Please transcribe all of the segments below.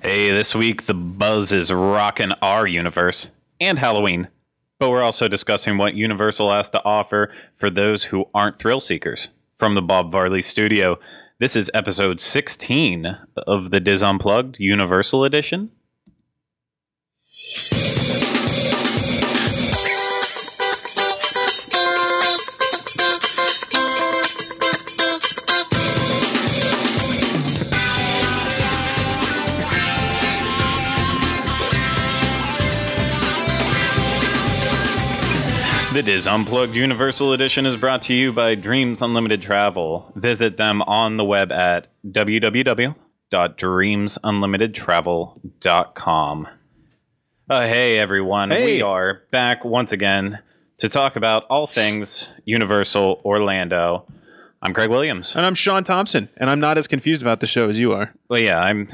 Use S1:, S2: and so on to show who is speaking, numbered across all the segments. S1: Hey, this week the buzz is rocking our universe and Halloween, but we're also discussing what Universal has to offer for those who aren't thrill seekers. From the Bob Varley Studio, this is episode 16 of the Diz Unplugged Universal Edition. The Diz Unplugged Universal Edition is brought to you by Dreams Unlimited Travel. Visit them on the web at www.dreamsunlimitedtravel.com. Uh, hey, everyone. We
S2: Hey.
S1: are back once again to talk about all things Universal Orlando. I'm Craig Williams.
S2: And I'm Sean Thompson, and I'm not as confused about the show as you are.
S1: Well, yeah, I'm.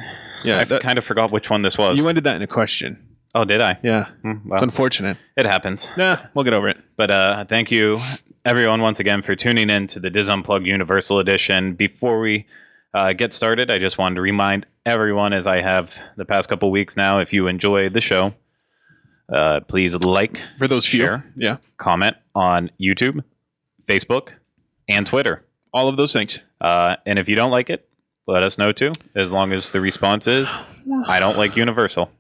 S2: Yeah,
S1: I
S2: that-
S1: kind of forgot which one this was.
S2: uh, you ended that in a question.
S1: oh, did I?
S2: Yeah,
S1: Hmm,
S2: it's
S1: well,
S2: unfortunate.
S1: it happens.
S2: Nah, we'll get over it.
S1: But uh, thank you, everyone, once again for tuning in to the Diz Unplugged Universal Edition. Before we uh, get started, I just wanted to remind everyone, as I have the past couple weeks now, if you enjoy the show, uh, please like,
S2: For those few,
S1: Sure.
S2: yeah,
S1: comment on YouTube, Facebook, and Twitter.
S2: all of those things.
S1: Uh, and if you don't like it, let us know too. As long as the response is, I don't like Universal.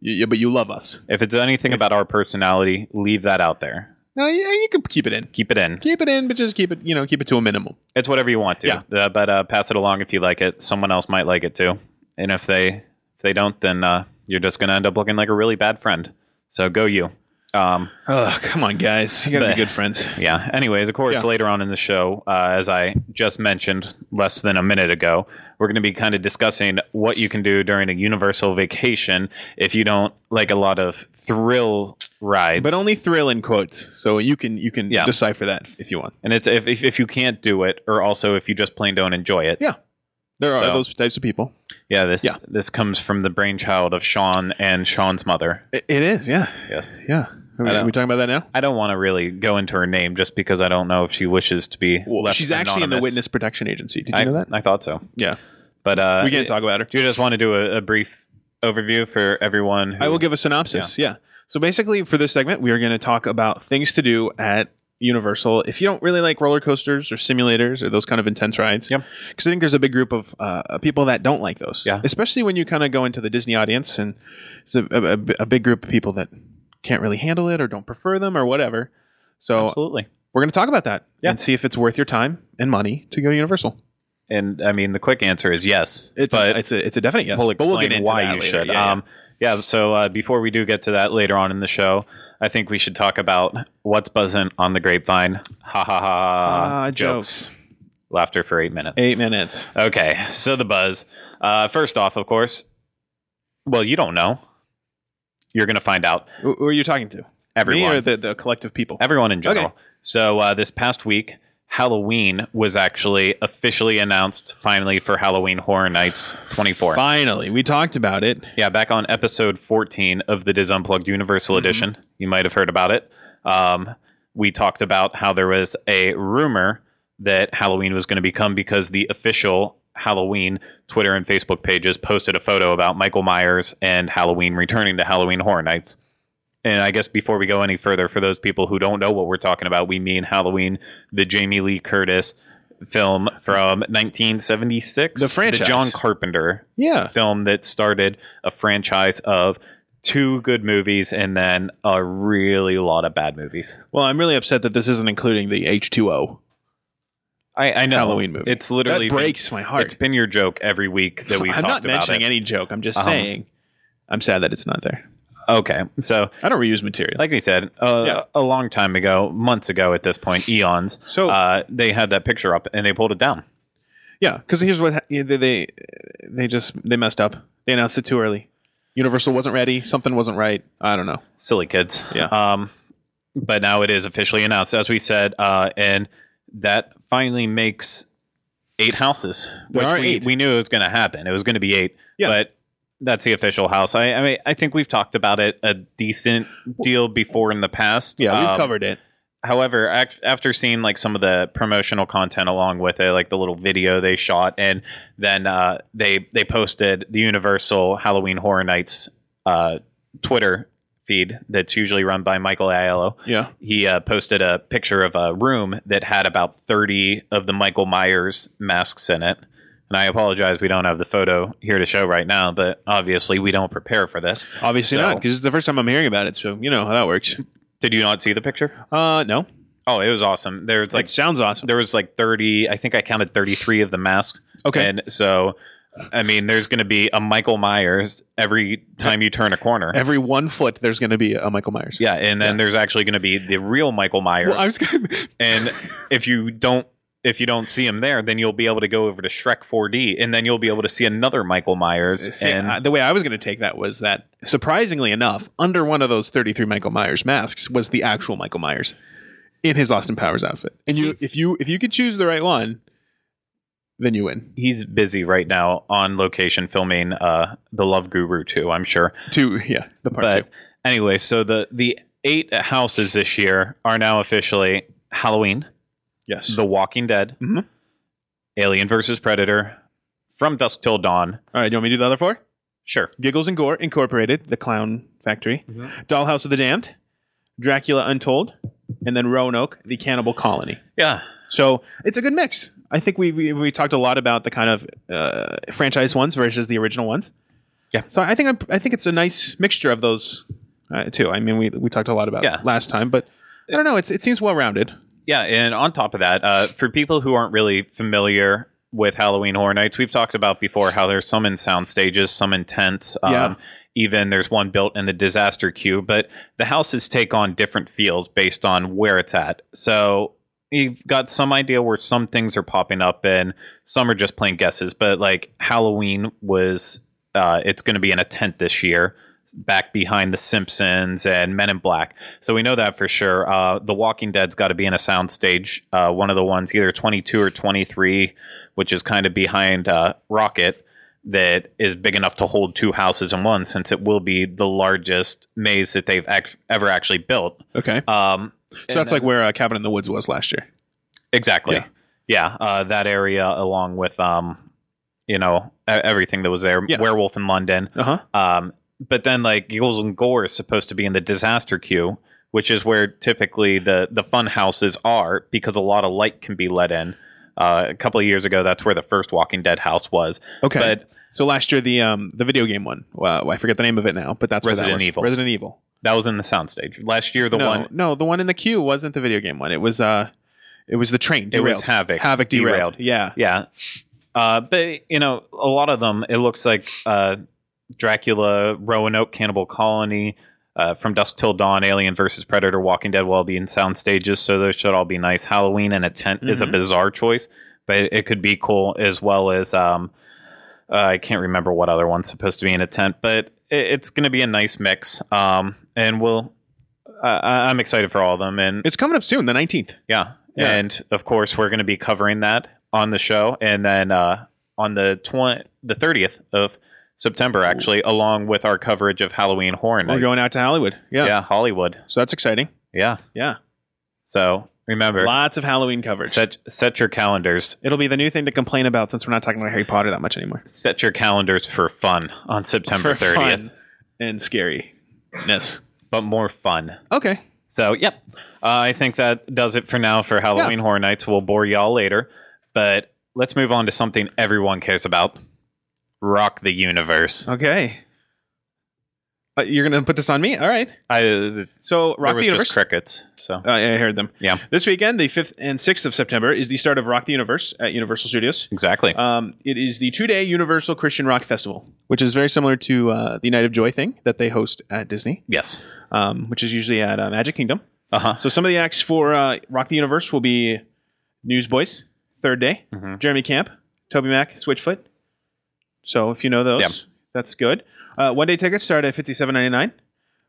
S2: Y- Yeah, but you love us.
S1: If it's anything about our personality, leave that out there.
S2: No, yeah, you can keep it in.
S1: Keep it in.
S2: Keep it in, but just keep it, you know, keep it to a minimum.
S1: It's whatever you want to.
S2: Yeah.
S1: Uh, but uh, pass it along if you like it. Someone else might like it too. And if they if they don't, then uh, you're just gonna end up looking like a really bad friend. So go you. Um,
S2: Oh, come on, guys, you gotta
S1: But-
S2: be good friends.
S1: yeah. Anyways, of course,
S2: Yeah.
S1: later on in the show, uh, as I just mentioned less than a minute ago, we're going to be kind of discussing what you can do during a Universal vacation if you don't like a lot of thrill rides.
S2: But only thrill in quotes, so you can you can
S1: Yeah.
S2: decipher that if you want.
S1: and it's if, if if you can't do it, or also if you just plain don't enjoy it.
S2: Yeah. There are
S1: So-
S2: those types of people.
S1: Yeah, this
S2: Yeah.
S1: this comes from the brainchild of Sean and Sean's mother.
S2: It, it is, yeah,
S1: Yes.
S2: yeah. Are we,
S1: I know.
S2: are we talking about that now?
S1: I don't want to really go into her name just because I don't know if she wishes to be. left
S2: she's actually in the
S1: anonymous.
S2: Witness Protection Agency. Did you
S1: I,
S2: know that?
S1: I thought so,
S2: Yeah,
S1: but uh,
S2: we can't talk about her.
S1: Do you just want to do a, a brief overview for everyone? who-
S2: I will give a synopsis. Yeah. So basically, for this segment, we are going to talk about things to do at Universal if you don't really like roller coasters or simulators or those kind of intense rides.
S1: Yep.
S2: Because I think there's a big group of uh, people that don't like those.
S1: Yeah.
S2: Especially when you kind of go into the Disney audience, and it's a, a, a- a big group of people that can't really handle it or don't prefer them or whatever. So
S1: absolutely.
S2: we're going to talk about that
S1: Yeah.
S2: and see if it's worth your time and money to go to Universal.
S1: And I mean, the quick answer is yes.
S2: It's
S1: but
S2: a, it's a it's a definite yes.
S1: we'll
S2: but
S1: explain
S2: we'll get into
S1: why
S2: that
S1: you
S2: later.
S1: should.
S2: Yeah,
S1: um, yeah. So uh, before we do get to that later on in the show, I think we should talk about what's buzzing on the grapevine. Ha ha ha!
S2: yeah.
S1: ha.
S2: Ah, jokes.
S1: Laughter for eight minutes.
S2: Eight minutes.
S1: Okay, so the buzz. Uh, first off, of course, well, you don't know. You're going to find out.
S2: Who who are you talking to?
S1: Everyone.
S2: Me or the, the collective people?
S1: Everyone in general.
S2: Okay.
S1: So uh, this past week, Halloween was actually officially announced finally for Halloween Horror Nights 24.
S2: Finally, we talked about it.
S1: Yeah, back on episode 14 of the Diz Unplugged Universal
S2: Mm-hmm.
S1: Edition. You might have heard about it. Um, we talked about how there was a rumor that Halloween was going to become because the official Halloween Twitter and Facebook pages posted a photo about Michael Myers and Halloween returning to Halloween Horror Nights. And I guess before we go any further, for those people who don't know what we're talking about, we mean Halloween, the Jamie Lee Curtis film from 1976,
S2: The franchise.
S1: John Carpenter
S2: Yeah.
S1: film that started a franchise of two good movies and then a really lot of bad movies.
S2: Well, I'm really upset that this isn't including the H2O
S1: I, I know
S2: Halloween movie.
S1: It's literally
S2: that breaks my
S1: Been, it's
S2: heart.
S1: been your joke every week that we've
S2: I'm not
S1: talked about
S2: mentioning
S1: it.
S2: any joke. I'm just
S1: Um,
S2: saying. I'm sad that it's not there.
S1: Okay, so
S2: I don't reuse material.
S1: like we said, uh,
S2: Yeah.
S1: a long time ago, months ago at this point, eons.
S2: so
S1: Uh, they had that picture up and they pulled it down.
S2: yeah, because here's what ha- yeah, they, they they just they messed up. They announced it too early. Universal wasn't ready. Something wasn't right. I don't know.
S1: silly kids.
S2: Yeah.
S1: Um, but now it is officially announced, as we said, uh, and that finally makes eight houses,
S2: There are
S1: we,
S2: eight.
S1: we knew it was going to happen. It was going to be eight,
S2: Yeah.
S1: but that's the official house. I, I mean, I think we've talked about it a decent deal before in the past.
S2: Yeah, we've
S1: Um,
S2: covered it.
S1: however, ac- after seeing like some of the promotional content along with it, like the little video they shot, and then uh, they they posted the Universal Halloween Horror Nights uh, Twitter feed that's usually run by Michael Aiello
S2: Yeah.
S1: he uh, posted a picture of a room that had about 30 of the Michael Myers masks in it. And I apologize, we don't have the photo here to show right now, but obviously we don't prepare for this.
S2: Obviously
S1: So-
S2: not, because it's the first time I'm hearing about it. So you know how that works.
S1: Did you not see the picture?
S2: Uh, no,
S1: Oh, it was awesome. There was
S2: like
S1: like
S2: it sounds awesome.
S1: there was like 30, I think I counted 33 of the masks.
S2: Okay,
S1: And so I mean, there's going to be a Michael Myers every time you turn a corner.
S2: every one foot there's going to be a Michael Myers.
S1: yeah, and then
S2: Yeah.
S1: there's actually going to be the real Michael Myers.
S2: Well, I was gonna,
S1: and if you don't if you don't see him there then you'll be able to go over to shrek 4d and then you'll be able to see another michael myers
S2: See,
S1: and
S2: uh, the way I was going to take that was that surprisingly enough, under one of those 33 Michael Myers masks was the actual Michael Myers in his Austin Powers outfit. And you
S1: Yes.
S2: if you if you could choose the right one, then you win.
S1: he's busy right now on location filming uh the love guru 2 i'm sure
S2: Two, yeah, the part
S1: but
S2: two.
S1: anyway so the the eight houses this year are now officially halloween
S2: Yes.
S1: the walking dead
S2: Mhm.
S1: alien versus predator from dusk till dawn
S2: All right, you want me to do the other four?
S1: sure
S2: Giggles and Gore Incorporated, The Clown Factory,
S1: Mm-hmm.
S2: Dollhouse of the Damned, Dracula Untold, and then Roanoke, The Cannibal Colony.
S1: yeah
S2: So it's a good mix. I think we we, we talked a lot about the kind of uh, franchise ones versus the original ones.
S1: Yeah.
S2: So I think I'm, I think it's a nice mixture of those uh, too. I mean, we we talked a lot about
S1: Yeah.
S2: last time, but I don't know. It's it seems well rounded.
S1: Yeah, and on top of that, uh, for people who aren't really familiar with Halloween Horror Nights, we've talked about before how there's some in sound stages, some in tents. Um,
S2: Yeah.
S1: Even there's one built in the disaster queue, but the houses take on different feels based on where it's at. So you've got some idea where some things are popping up and some are just plain guesses. But like Halloween was, uh, it's going to be in a tent this year, back behind The Simpsons and Men in Black. So we know that for sure. Uh, the Walking Dead's got to be in a soundstage. Uh, one of the ones, either 22 or 23, which is kind of behind uh, Rocket, that is big enough to hold two houses in one, since it will be the largest maze that they've ac- ever actually built.
S2: Okay.
S1: Um,
S2: So that's like where uh, Cabin in the Woods was last year.
S1: exactly,
S2: Yeah.
S1: yeah, uh, that area along with um, you know, e- everything that was there,
S2: Yeah.
S1: Werewolf in London.
S2: Uh huh.
S1: Um, but then like Giggles and Gore is supposed to be in the disaster queue, which is where typically the the fun houses are because a lot of light can be let in. Uh, a couple of years ago, that's where the first Walking Dead house was.
S2: Okay.
S1: But
S2: so last year the um the video game one. Wow, I forget the name of it now, but that's where
S1: Resident
S2: that was.
S1: Evil.
S2: Resident Evil.
S1: that was in the soundstage last year. The
S2: no,
S1: one
S2: no, the one in the queue wasn't the video game one. It was uh, it was the train.
S1: it
S2: Derailed.
S1: was Havoc.
S2: Havoc
S1: Derailed.
S2: derailed. Yeah.
S1: Yeah. Uh, but you know, a lot of them. It looks like uh, Dracula, Roanoke, Cannibal Colony, uh, From Dusk Till Dawn, Alien versus Predator, Walking Dead will all be in sound stages, so those should all be nice. Halloween and a tent is a
S2: Mhm.
S1: bizarre choice, but it, could be cool as well as um, uh, I can't remember what other one's supposed to be in a tent, but it, it's going to be a nice mix. Um, and we'll. I I- I'm excited for all of them, and
S2: It's coming up soon, the nineteenth.
S1: yeah.
S2: Yeah.
S1: And of course, we're going to be covering that on the show. And then uh, on the 20, the 30th of September, actually, along with our coverage of Halloween Horror Nights.
S2: We're going out to Hollywood. Yeah.
S1: Yeah. Hollywood.
S2: So that's exciting.
S1: Yeah.
S2: Yeah.
S1: So remember,
S2: Lots of Halloween coverage.
S1: set, set your calendars.
S2: It'll be the new thing to complain about since we're not talking about Harry Potter that much anymore.
S1: Set your calendars for fun on September
S2: For
S1: 30th,
S2: fun and scariness.
S1: but more fun.
S2: Okay.
S1: So, yep. Uh, I think that does it for now for Halloween Horror Nights. We'll bore y'all later. But let's move on to something everyone cares about Rock the Universe.
S2: Okay. Uh, you're gonna put this on me. All right.
S1: I this,
S2: So
S1: there
S2: Rock
S1: was
S2: the Universe.
S1: just crickets. So
S2: Uh, yeah, I heard them.
S1: Yeah.
S2: This weekend, the fifth and sixth of September, is the start of Rock the Universe at Universal Studios.
S1: exactly.
S2: Um, it is the two-day Universal Christian Rock Festival, which is very similar to uh, the Night of Joy thing that they host at Disney,
S1: yes.
S2: um, which is usually at uh, Magic Kingdom.
S1: Uh huh.
S2: So some of the acts for uh, Rock the Universe will be Newsboys, Third Day,
S1: Mhm.
S2: Jeremy Camp, Toby Mac, Switchfoot. So if you know those,
S1: Yep.
S2: that's good. Uh, one day tickets start at fifty seven ninety nine,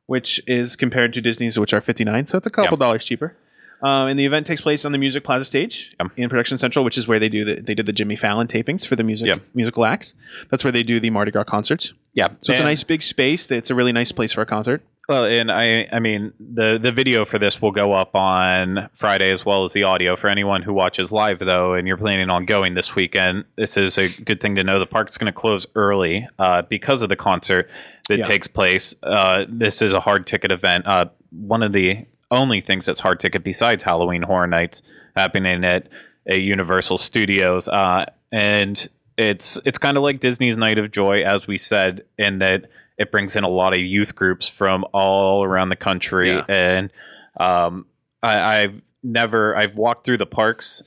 S2: which is compared to Disney's, which are fifty nine. So it's a couple
S1: Yep.
S2: dollars cheaper. Um, and the event takes place on the Music Plaza stage
S1: Yep.
S2: in Production Central, which is where they do the, they did the Jimmy Fallon tapings for the music
S1: Yep.
S2: musical acts. That's where they do the Mardi Gras concerts.
S1: Yeah.
S2: So it's a
S1: And
S2: nice big space. It's a really nice place for a concert.
S1: Well, uh, and I, I mean, the the video for this will go up on Friday as well as the audio for anyone who watches live, though. And you're planning on going this weekend. This is a good thing to know. The park's going to close early uh, because of the concert that
S2: Yeah.
S1: takes place. Uh, this is a hard ticket event. Uh, one of the only things that's hard ticket besides Halloween Horror Nights happening at a Universal Studios, uh, and it's it's kind of like Disney's Night of Joy, as we said, in that it brings in a lot of youth groups from all around the country,
S2: Yeah.
S1: and um, I, I've never I've walked through the parks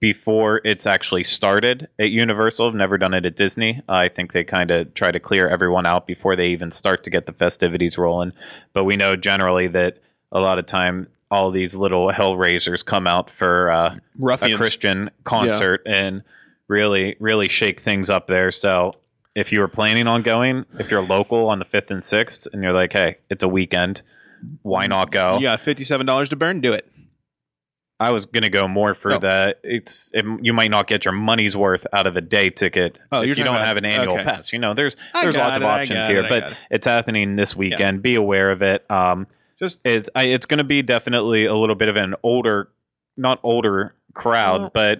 S1: before it's actually started at Universal. I've never done it at Disney. I think they kind of try to clear everyone out before they even start to get the festivities rolling. But we know generally that a lot of time all these little hellraisers come out for uh, a
S2: Ruffians.
S1: Christian concert and really, really shake things up there. So if you were planning on going, if you're local on the 5th and 6th and you're like, hey, it's a weekend, why not go?
S2: You got fifty-seven dollars to burn. Do it.
S1: I was gonna go more for
S2: Oh.
S1: the it's it, you might not get your money's worth out of a day ticket
S2: Oh, you're
S1: if you
S2: talking
S1: don't
S2: about-
S1: have an annual
S2: okay.
S1: pass. You know, there's
S2: I
S1: there's
S2: got
S1: lots of
S2: it, I
S1: options
S2: got
S1: here,
S2: it, I
S1: but
S2: got it.
S1: it's happening this weekend. Be aware of it. Um,
S2: Just
S1: it's I, it's going to be definitely a little bit of an older, not older crowd,
S2: Well-
S1: but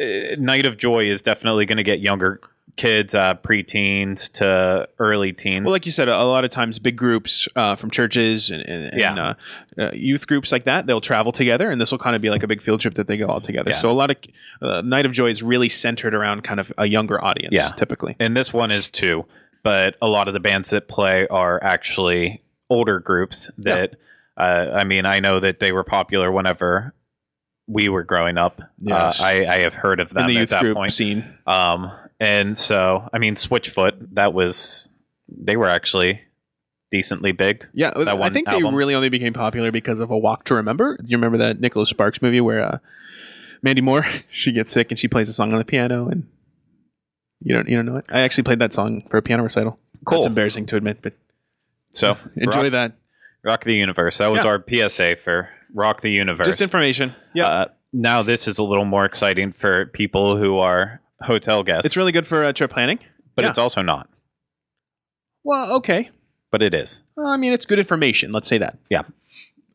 S1: uh, Night of Joy is definitely going to get younger kids, uh, preteens to early teens.
S2: Well, like you said, a lot of times big groups uh, from churches and, and, and,
S1: Yeah.
S2: uh, uh, youth groups like that, they'll travel together, and this will kind of be like a big field trip that they go all together.
S1: Yeah.
S2: So a lot of uh, Night of Joy is really centered around kind of a younger audience,
S1: Yeah.
S2: typically.
S1: and this one is two, but a lot of the bands that play are actually older groups that uh, I mean, I know that they were popular whenever we were growing up.
S2: Yes.
S1: Uh, I, I have heard of them
S2: in
S1: at
S2: the youth
S1: that
S2: group
S1: point.
S2: scene.
S1: Um, and so, I mean, Switchfoot, that was, they were actually decently big.
S2: Yeah, I
S1: one
S2: think
S1: album.
S2: they really only became popular because of A Walk to Remember. You remember that Nicholas Sparks movie where uh, Mandy Moore she gets sick and she plays a song on the piano and. You don't, you don't know it. I actually played that song for a piano recital. It's
S1: Cool.
S2: embarrassing to admit, but
S1: So,
S2: enjoy
S1: rock,
S2: that.
S1: rock the universe. That was
S2: Yeah.
S1: our PSA for Rock the Universe.
S2: Just information. Yeah.
S1: Uh, now, this is a little more exciting for people who are hotel guests.
S2: It's really good for uh, trip planning.
S1: but
S2: yeah.
S1: it's also not.
S2: Well, okay.
S1: But it is.
S2: Well, I mean, it's good information. Let's say that.
S1: Yeah.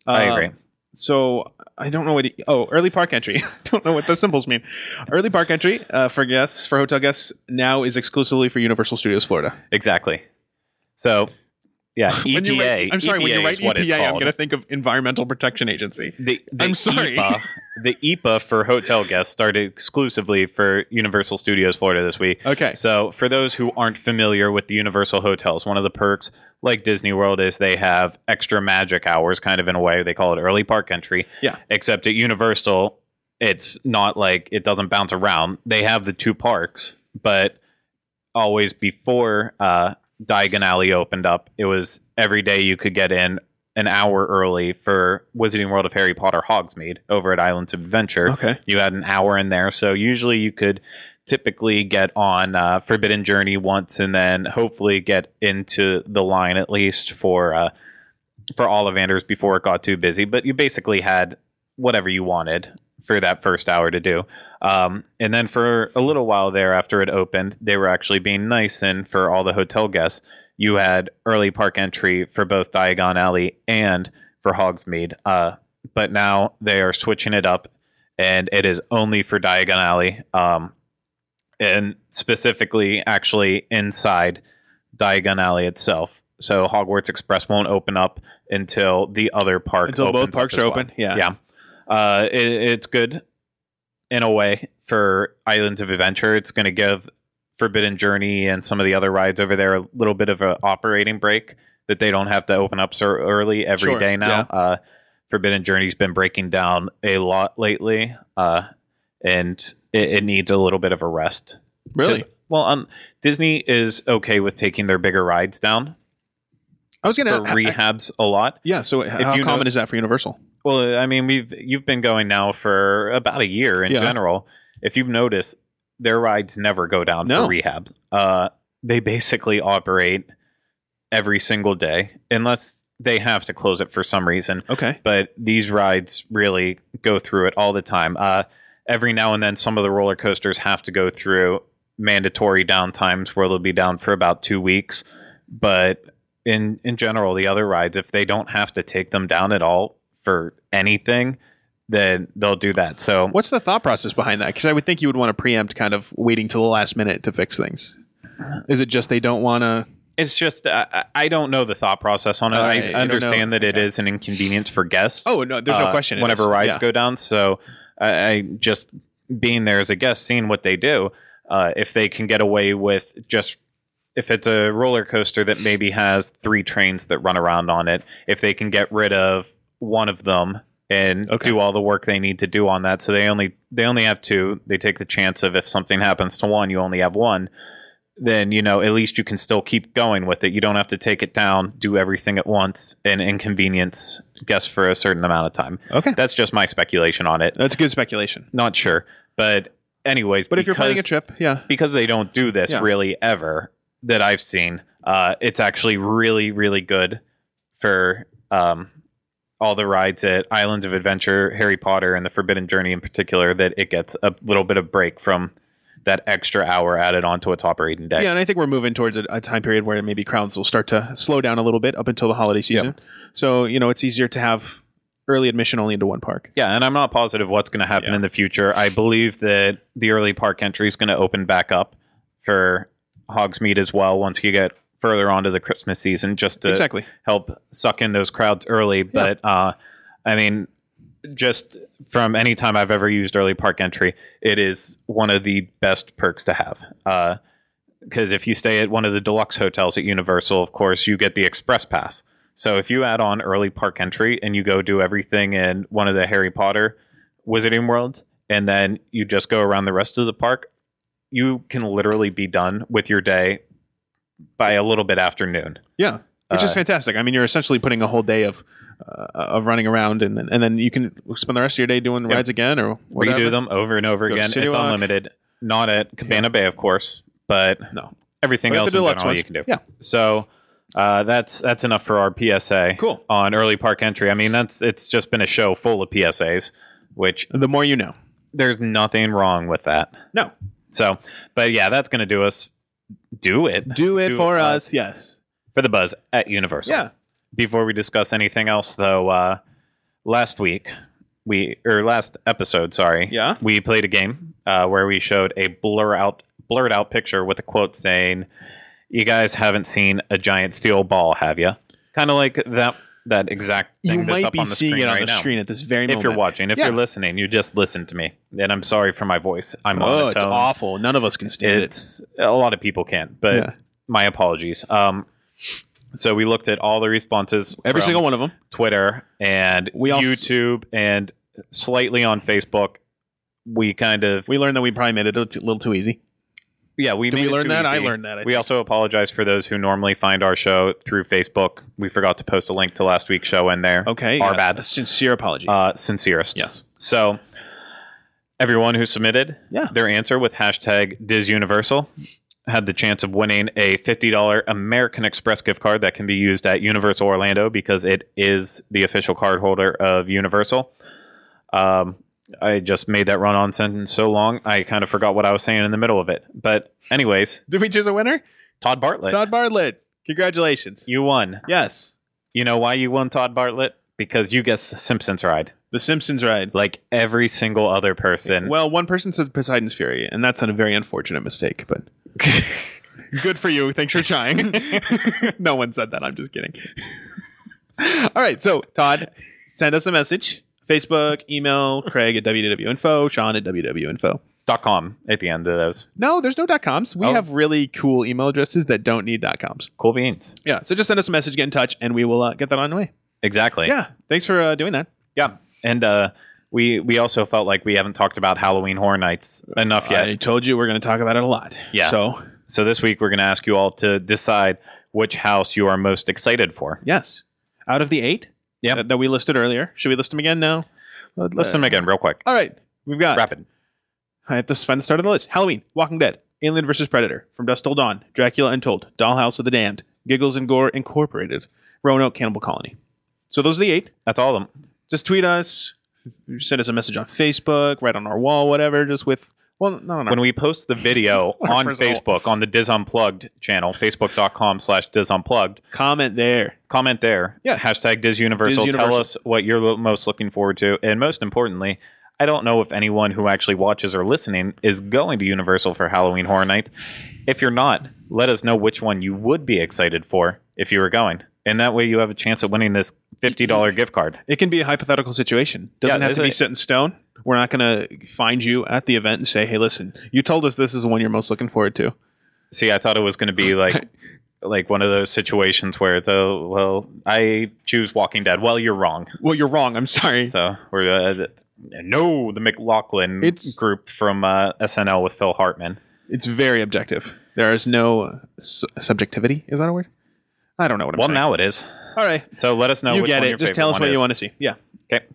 S1: I
S2: Uh,
S1: agree.
S2: So I don't know what. he- oh, early park entry. I don't know what the symbols mean. Early park entry uh, for guests for hotel guests now is exclusively for Universal Studios Florida.
S1: Exactly. So, yeah, E EPA.
S2: When you write- I'm sorry. when you
S1: is
S2: write
S1: what it's
S2: EPA, I'm
S1: called.
S2: going to think of Environmental Protection Agency.
S1: the, the
S2: I'm sorry.
S1: EPA, the EPA for hotel guests started exclusively for Universal Studios Florida this week.
S2: Okay.
S1: So, for those who aren't familiar with the Universal hotels, one of the perks, like Disney World, is they have extra magic hours, kind of in a way. They call it early park entry.
S2: Yeah.
S1: Except at Universal, it's not like it doesn't bounce around. They have the two parks, but always before uh, Diagon Alley opened up, it was every day you could get in an hour early for Wizarding World of Harry Potter Hogsmeade over at Islands of Adventure.
S2: Okay.
S1: You had an hour in there. So usually you could typically get on uh, Forbidden Journey once and then hopefully get into the line at least for uh, for Ollivanders before it got too busy. But you basically had whatever you wanted for that first hour to do. Um, and then for a little while there after it opened, they were actually being nice and for all the hotel guests, you had early park entry for both Diagon Alley and for Hogsmeade. Uh, but now they are switching it up and it is only for Diagon Alley. Um, and specifically, actually, inside Diagon Alley itself. So Hogwarts Express won't open up until the other park
S2: Until
S1: opens
S2: both
S1: up
S2: parks
S1: as
S2: are
S1: well.
S2: open. Yeah.
S1: Yeah. Uh, it, it's good in a way for Islands of Adventure. It's going to give Forbidden Journey and some of the other rides over there a little bit of an operating break that they don't have to open up so early every day
S2: Sure,
S1: now. Uh, Forbidden Journey's been breaking down a lot lately, uh, and it, it needs a little bit of a rest.
S2: Really.
S1: 'Cause- Well, um, Disney is okay with taking their bigger rides down
S2: I was
S1: for
S2: going to.
S1: rehabs a lot.
S2: yeah. So how
S1: you know-
S2: common is that for Universal?
S1: Well, I mean, we've you've been going now for about a year in
S2: Yeah.
S1: general. If you've noticed, their rides never go down
S2: No.
S1: for rehab. Uh, they basically operate every single day, unless they have to close it for some reason.
S2: Okay.
S1: But these rides really go through it all the time. Uh, every now and then, some of the roller coasters have to go through mandatory downtimes where they'll be down for about two weeks. But in in general, the other rides, if they don't have to take them down at all for anything, then they'll do that. So
S2: What's the thought process behind that? Because I would think you would want to preempt kind of waiting till the last minute to fix things. Is it just they don't want to?
S1: it's just I, I I don't know the thought process on it.
S2: All right,
S1: I
S2: Oh, you don't know.
S1: understand that it is an inconvenience for guests.
S2: Oh no, there's no
S1: uh,
S2: question. it
S1: Whenever
S2: is.
S1: rides
S2: Yeah.
S1: go down, so I, I just being there as a guest, seeing what they do, uh, if they can get away with just if it's a roller coaster that maybe has three trains that run around on it, if they can get rid of one of them and
S2: Okay.
S1: do all the work they need to do on that, so they only they only have two. They take the chance of if something happens to one, you only have one. Then you know at least you can still keep going with it. You don't have to take it down, do everything at once, and inconvenience guests for a certain amount of time.
S2: Okay,
S1: That's just my speculation on it.
S2: that's good speculation.
S1: Not sure. But anyways,
S2: But if you're planning a
S1: because-
S2: trip, yeah,
S1: because they don't do this
S2: Yeah.
S1: really ever that I've seen, uh, it's actually really, really good for um, all the rides at Islands of Adventure, Harry Potter, and the Forbidden Journey in particular, that it gets a little bit of break from that extra hour added onto a top rating deck.
S2: yeah, and I think we're moving towards a, a time period where maybe crowds will start to slow down a little bit up until the holiday season. So you know, it's easier to have early admission only into one park.
S1: Yeah, and I'm not positive what's going to happen
S2: Yeah.
S1: in the future. I believe that the early park entry is going to open back up for Hogsmeade as well once you get further onto the Christmas season, just to
S2: exactly.
S1: help suck in those crowds early. But uh, I mean, just from any time I've ever used early park entry, it is one of the best perks to have. Because if you stay at one of the deluxe hotels at Universal, of course, you get the express pass. So if you add on early park entry and you go do everything in one of the Harry Potter Wizarding Worlds, and then you just go around the rest of the park, you can literally be done with your day by a little bit after noon.
S2: Yeah, which is
S1: Uh,
S2: fantastic. I mean, you're essentially putting a whole day of uh, of running around, and then and then you can spend the rest of your day doing
S1: Yeah.
S2: rides again or whatever.
S1: We do them over and over
S2: Go to
S1: again. It's
S2: City Walk.
S1: unlimited. Not at Cabana Bay, of course, but
S2: No.
S1: everything
S2: But at
S1: else
S2: the
S1: in
S2: deluxe
S1: general
S2: ones.
S1: you can do.
S2: Yeah,
S1: So uh, that's that's enough for our PSA
S2: cool.
S1: on early park entry. I mean, that's it's just been a show full of PSAs, which
S2: The more you know.
S1: there's nothing wrong with that.
S2: No,
S1: So, but yeah, that's gonna do us. Do it
S2: do it
S1: Do
S2: for
S1: it, uh,
S2: us. Yes.
S1: for the buzz at Universal.
S2: Yeah.
S1: Before we discuss anything else, though, uh, last week we or last episode, sorry,
S2: Yeah.
S1: we played a game uh, where we showed a blur out blurred out picture with a quote saying you guys haven't seen a giant steel ball have you kind of like that that exact thing
S2: You
S1: that's
S2: might
S1: up
S2: be
S1: on the
S2: seeing
S1: screen
S2: it on
S1: right
S2: the
S1: now
S2: screen at this very
S1: if
S2: moment.
S1: you're watching if
S2: Yeah.
S1: you're listening you just listen to me and i'm sorry for my voice i'm
S2: oh,
S1: monotone
S2: it's awful. None of us can stand it.
S1: it's a lot of people can't but
S2: Yeah.
S1: my apologies um so we looked at all the responses
S2: Every
S1: from
S2: single one of them.
S1: Twitter and
S2: We also-
S1: YouTube and slightly on Facebook. We kind of
S2: We learned that we probably made it a t- little too easy.
S1: yeah we
S2: Did
S1: made
S2: we
S1: it
S2: learn
S1: too
S2: that? I
S1: easy.
S2: learned that. I
S1: we also apologize for those who normally find our show through Facebook. We forgot to post a link to last week's show in there.
S2: Okay.
S1: Our
S2: yes.
S1: bad.
S2: A sincere apology.
S1: Uh, sincerest.
S2: yes.
S1: So everyone who submitted
S2: Yeah.
S1: their answer with hashtag DizUniversal had the chance of winning a $50 American Express gift card that can be used at Universal Orlando because it is the official card holder of Universal. Um, I just made that run on sentence so long, I kind of forgot what I was saying in the middle of it. But, anyways,
S2: Did we choose a winner?
S1: Todd Bartlett,
S2: Todd Bartlett. Congratulations.
S1: you won.
S2: yes.
S1: You know why you won, Todd Bartlett? Because you guessed the Simpsons ride,
S2: The Simpsons ride.
S1: like every single other person.
S2: Well, one person says Poseidon's Fury, and that's a very unfortunate mistake, but good for you. Thanks for trying. no one said that. I'm just kidding. All right. So, Todd, send us a message Facebook, email, Craig at www.info, Sean at www.info.
S1: dot com at the end of those.
S2: No, there's no dot coms. We
S1: Oh.
S2: have really cool email addresses that don't need dot coms.
S1: Cool beans.
S2: Yeah. So just send us a message, get in touch, and we will uh, get that on the way.
S1: Exactly.
S2: Yeah. Thanks for uh, doing that.
S1: Yeah. And uh, we we also felt like we haven't talked about Halloween Horror Nights enough yet.
S2: I told you we're going to talk about it a lot.
S1: Yeah.
S2: So,
S1: so this week we're going to ask you all to decide which house you are most excited for.
S2: yes. Out of the eight
S1: Yep.
S2: that, that we listed earlier, should we list them again now?
S1: Listen to them again real quick.
S2: All right. We've got
S1: Rapid.
S2: I have to find the start of the list. Halloween, Walking Dead, Alien vs. Predator, From Dusk Till Dawn, Dracula Untold, Dollhouse of the Damned, Giggles and Gore Incorporated, Roanoke Cannibal Colony. So those are the eight.
S1: That's all of them.
S2: Just tweet us, send us a message on Facebook, right on our wall, whatever, just with Well, no, no.
S1: when we post the video
S2: What a
S1: on
S2: result.
S1: Facebook on the Diz Unplugged channel, facebook.com slash Diz Unplugged,
S2: Comment there.
S1: comment there.
S2: Yeah.
S1: Hashtag Diz Universal.
S2: Diz
S1: Tell
S2: Universal.
S1: us what you're lo- most looking forward to. And most importantly, I don't know if anyone who actually watches or listening is going to Universal for Halloween Horror Night. If you're not, let us know which one you would be excited for if you were going. And that way you have a chance at winning this $50 gift card.
S2: It can be a hypothetical situation. Doesn't
S1: Yeah,
S2: have to
S1: is
S2: be
S1: it-
S2: set in stone. We're not going to find you at the event and say, "Hey, listen, you told us this is the one you're most looking forward to."
S1: See, I thought it was going to be like like one of those situations where the well, I choose Walking Dead. Well, you're wrong.
S2: Well, you're wrong. I'm sorry.
S1: So we're uh, th- no the McLaughlin
S2: It's-
S1: group from uh, SNL with Phil Hartman.
S2: It's very objective. There is no uh, su- subjectivity. Is that a word? I don't know what I'm
S1: well,
S2: saying.
S1: now it is.
S2: All right,
S1: So let us know.
S2: you
S1: which
S2: get
S1: one
S2: it.
S1: your
S2: Just
S1: favorite
S2: tell us
S1: one
S2: what you
S1: is.
S2: want to see. Yeah.
S1: Okay.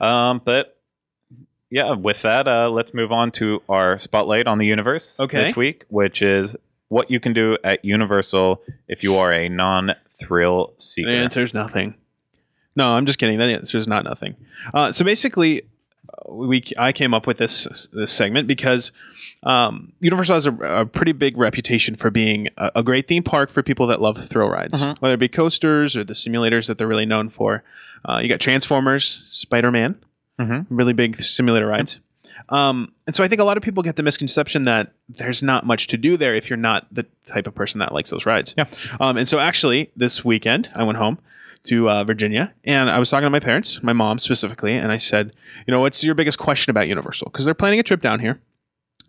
S1: Um, but yeah, with that, uh, let's move on to our spotlight on the universe
S2: Okay.
S1: this week, which is what you can do at Universal if you are a non-thrill seeker.
S2: The answer's nothing. No, I'm just kidding. The answer's not nothing. Uh, so basically, uh, we I came up with this this segment because um, Universal has a, a pretty big reputation for being a, a great theme park for people that love thrill rides,
S1: Mhm.
S2: whether it be coasters or the simulators that they're really known for. Uh, you got Transformers, Spider Man,
S1: Mhm.
S2: really big simulator rides. Um, and so I think a lot of people get the misconception that there's not much to do there if you're not the type of person that likes those rides. Yeah. Um, and so actually, this weekend I went home to uh, Virginia and I was talking to my parents, my mom specifically, and I said, you know, what's your biggest question about Universal? Because they're planning a trip down here.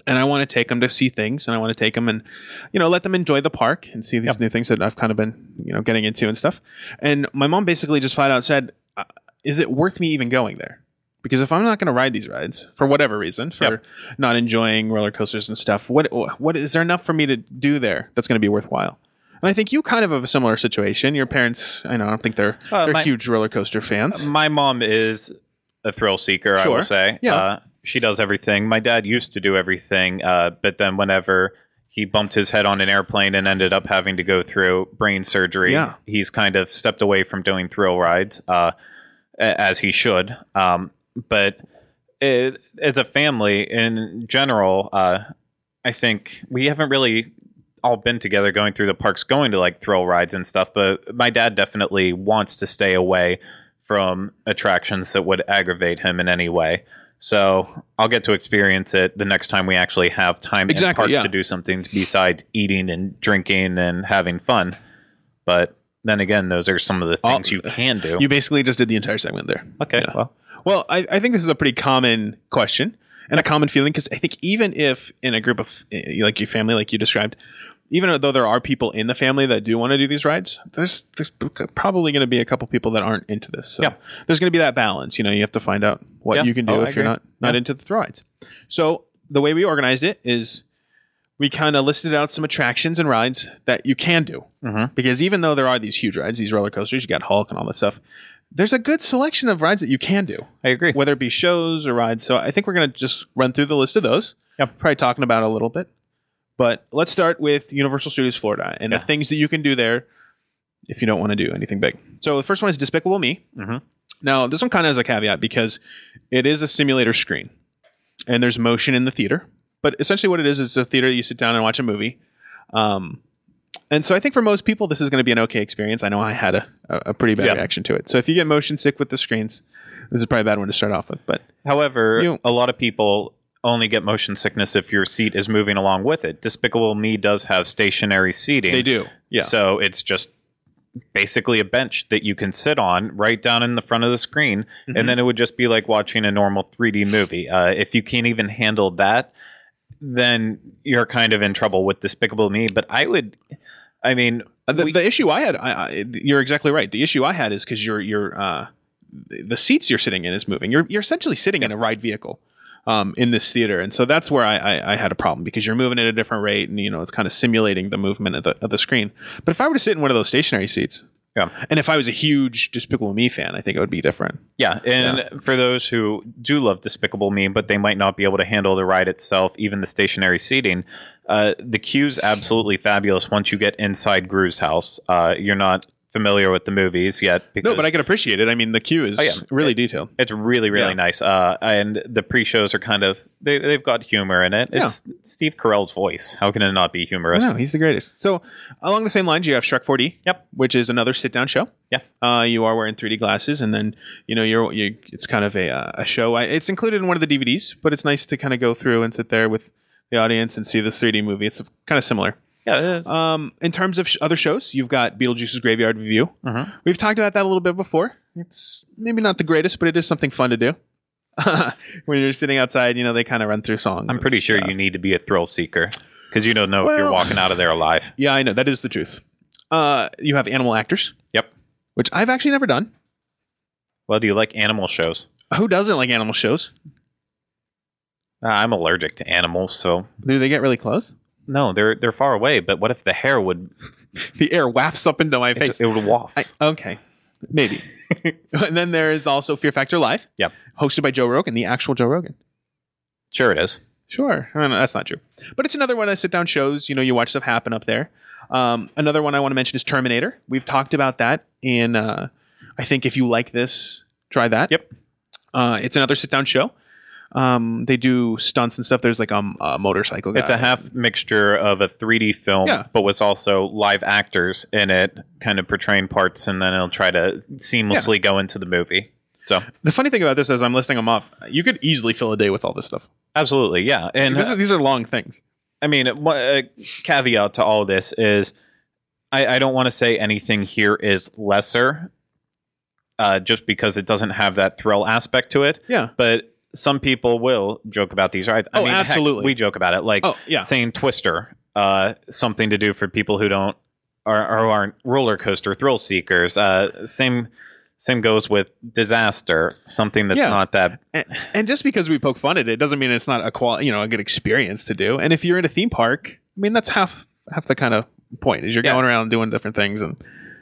S2: And I want to take them to see things, and I want to take them and, you know, let them enjoy the park and see these new things that I've kind of been, you know, getting into and stuff. And my mom basically just flat out said, "Uh, "Is it worth me even going there?" Because if I'm not going to ride these rides for whatever reason, for
S1: Yep.
S2: not enjoying roller coasters and stuff, what what is there enough for me to do there that's going to be worthwhile? And I think you kind of have a similar situation. Your parents, I know, I don't think they're
S1: Uh,
S2: they're
S1: my- Um,
S2: huge roller coaster fans.
S1: My mom is a thrill seeker, I
S2: Sure.
S1: will say.
S2: Yeah.
S1: Uh, she does everything. My dad used to do everything, uh, but then whenever he bumped his head on an airplane and ended up having to go through brain surgery,
S2: Yeah.
S1: he's kind of stepped away from doing thrill rides, uh, a- as he should. Um, but it, as a family in general, uh, I think we haven't really all been together going through the parks, going to like thrill rides and stuff. But my dad definitely wants to stay away from attractions that would aggravate him in any way. So I'll get to experience it the next time we actually have time in
S2: Exactly,
S1: parks
S2: yeah.
S1: to do something besides eating and drinking and having fun. But then again, those are some of the
S2: I'll-
S1: things you can do.
S2: You basically just did the entire segment there.
S1: okay,
S2: yeah.
S1: well,
S2: Well, I, I think this is a pretty common question and a common feeling because I think even if in a group of eh, like your family, like you described, even though there are people in the family that do want to do these rides, there's, there's probably going to be a couple people that aren't into this. So
S1: Yeah.
S2: there's going to be that balance. You know, you have to find out what
S1: Yeah.
S2: you can do
S1: Oh, I
S2: if
S1: agree.
S2: you're not not
S1: Yeah.
S2: into the thrill rides. So the way we organized it is we kind of listed out some attractions and rides that you can do
S1: Mhm.
S2: because even though there are these huge rides, these roller coasters, you got Hulk and all that stuff. There's a good selection of rides that you can do
S1: I agree.
S2: whether it be shows or rides. So I think we're going to just run through the list of those.
S1: Yep.
S2: Probably talking about it a little bit. But let's start with Universal Studios Florida and
S1: Yeah.
S2: the things that you can do there if you don't want to do anything big. So the first one is Despicable Me.
S1: Mhm.
S2: Now, this one kind of has a caveat because it is a simulator screen and there's motion in the theater. But essentially, what it is, it's a theater you sit down and watch a movie. Um, and so I think for most people, this is going to be an okay experience. I know I had a, a a pretty bad
S1: Yeah.
S2: reaction to it. So if you get motion sick with the screens, this is probably a bad one to start off with. But
S1: However,
S2: You-
S1: a lot of people only get motion sickness if your seat is moving along with it. Despicable Me does have stationary seating.
S2: they do. Yeah.
S1: So it's just basically a bench that you can sit on right down in the front of the screen.
S2: Mhm.
S1: And then it would just be like watching a normal 3D movie. Uh, if you can't even handle that, then you're kind of in trouble with Despicable Me. But I would, I mean,
S2: Uh, the,
S1: we-
S2: the issue I had, I, I, you're exactly right. The issue I had is because your your uh, the seats you're sitting in is moving. You're you're essentially sitting in a ride vehicle um, in this theater, and so that's where I, I, I had a problem because you're moving at a different rate, and you know it's kind of simulating the movement of the of the screen. But if I were to sit in one of those stationary seats,
S1: Yeah.
S2: and if I was a huge Despicable Me fan, I think it would be different.
S1: Yeah, and for those who do love Despicable Me, but they might not be able to handle the ride itself, even the stationary seating, uh, the queue's absolutely fabulous once you get inside Gru's house. Uh, you're not familiar with the movies yet.
S2: No,
S1: Because
S2: but I can appreciate it. I mean, the queue is
S1: Oh, yeah.
S2: really detailed.
S1: It's really, really
S2: Yeah.
S1: nice. Uh, and the pre-shows are kind of they, they've got humor in it.
S2: Yeah.
S1: It's Steve Carell's voice. How can it not be humorous?
S2: No, he's the greatest. So along the same lines, you have Shrek 4D.
S1: Yep.
S2: Which is another sit-down show.
S1: Yeah.
S2: Uh, you are wearing 3D glasses, and then you know you're you. It's kind of a uh, a show. I, it's included in one of the DVDs, but it's nice to kind of go through and sit there with the audience and see this 3D movie. It's kind of similar.
S1: Yeah, it is.
S2: Um, in terms of sh- other shows, you've got Beetlejuice's Graveyard Review.
S1: Mhm.
S2: We've talked about that a little bit before. It's maybe not the greatest, but it is something fun to do. when you're sitting outside, you know they kind of run through songs.
S1: I'm
S2: and
S1: pretty sure
S2: stuff.
S1: you need to be a thrill seeker because you don't know if you're
S2: uh, Well-
S1: walking out of there alive.
S2: Yeah, I know that is the truth. Uh, you have animal actors.
S1: Yep.
S2: which I've actually never done.
S1: Well, do you like animal shows?
S2: Who doesn't like animal shows?
S1: Uh, I'm allergic to animals, so
S2: Do they get really close?
S1: no, they're they're far away. But what if the hair would
S2: The air wafts up into my
S1: it,
S2: face.
S1: it would waft?
S2: I, okay, maybe. and then there is also Fear Factor Live.
S1: Yep.
S2: hosted by Joe Rogan, the actual Joe Rogan.
S1: sure, it is.
S2: Sure, I don't know, that's not true, but it's another one I sit down shows. You know, you watch stuff happen up there. Um, another one I want to mention is Terminator. We've talked about that in. Uh, I think if you like this, try that.
S1: Yep.
S2: Uh, it's another sit down show. Um, they do stunts and stuff. There's like um, a motorcycle. Guy.
S1: It's a half mixture of a 3D film,
S2: Yeah.
S1: but with also live actors in it, kind of portraying parts, and then it'll try to seamlessly go into the movie. So,
S2: The funny thing about this is I'm listing them off. You could easily fill a day with all this stuff.
S1: absolutely, yeah. And
S2: This is, these are long things.
S1: I mean, one- a caveat to all this is I, I don't want to say anything here is lesser uh, just because it doesn't have that thrill aspect to it.
S2: Yeah.
S1: But some people will joke about these rides. I
S2: Oh,
S1: mean, heck,
S2: absolutely.
S1: we joke about it. Like
S2: Oh yeah.
S1: saying Twister, uh, something to do for people who don't are or aren't roller coaster thrill seekers. Uh, same same goes with disaster, something that's
S2: Yeah.
S1: not that
S2: And, and just because we poke fun at it doesn't mean it's not a qual you know a good experience to do. And if you're in a theme park, I mean that's half half the kind of point is you're
S1: Yeah.
S2: going around doing different things and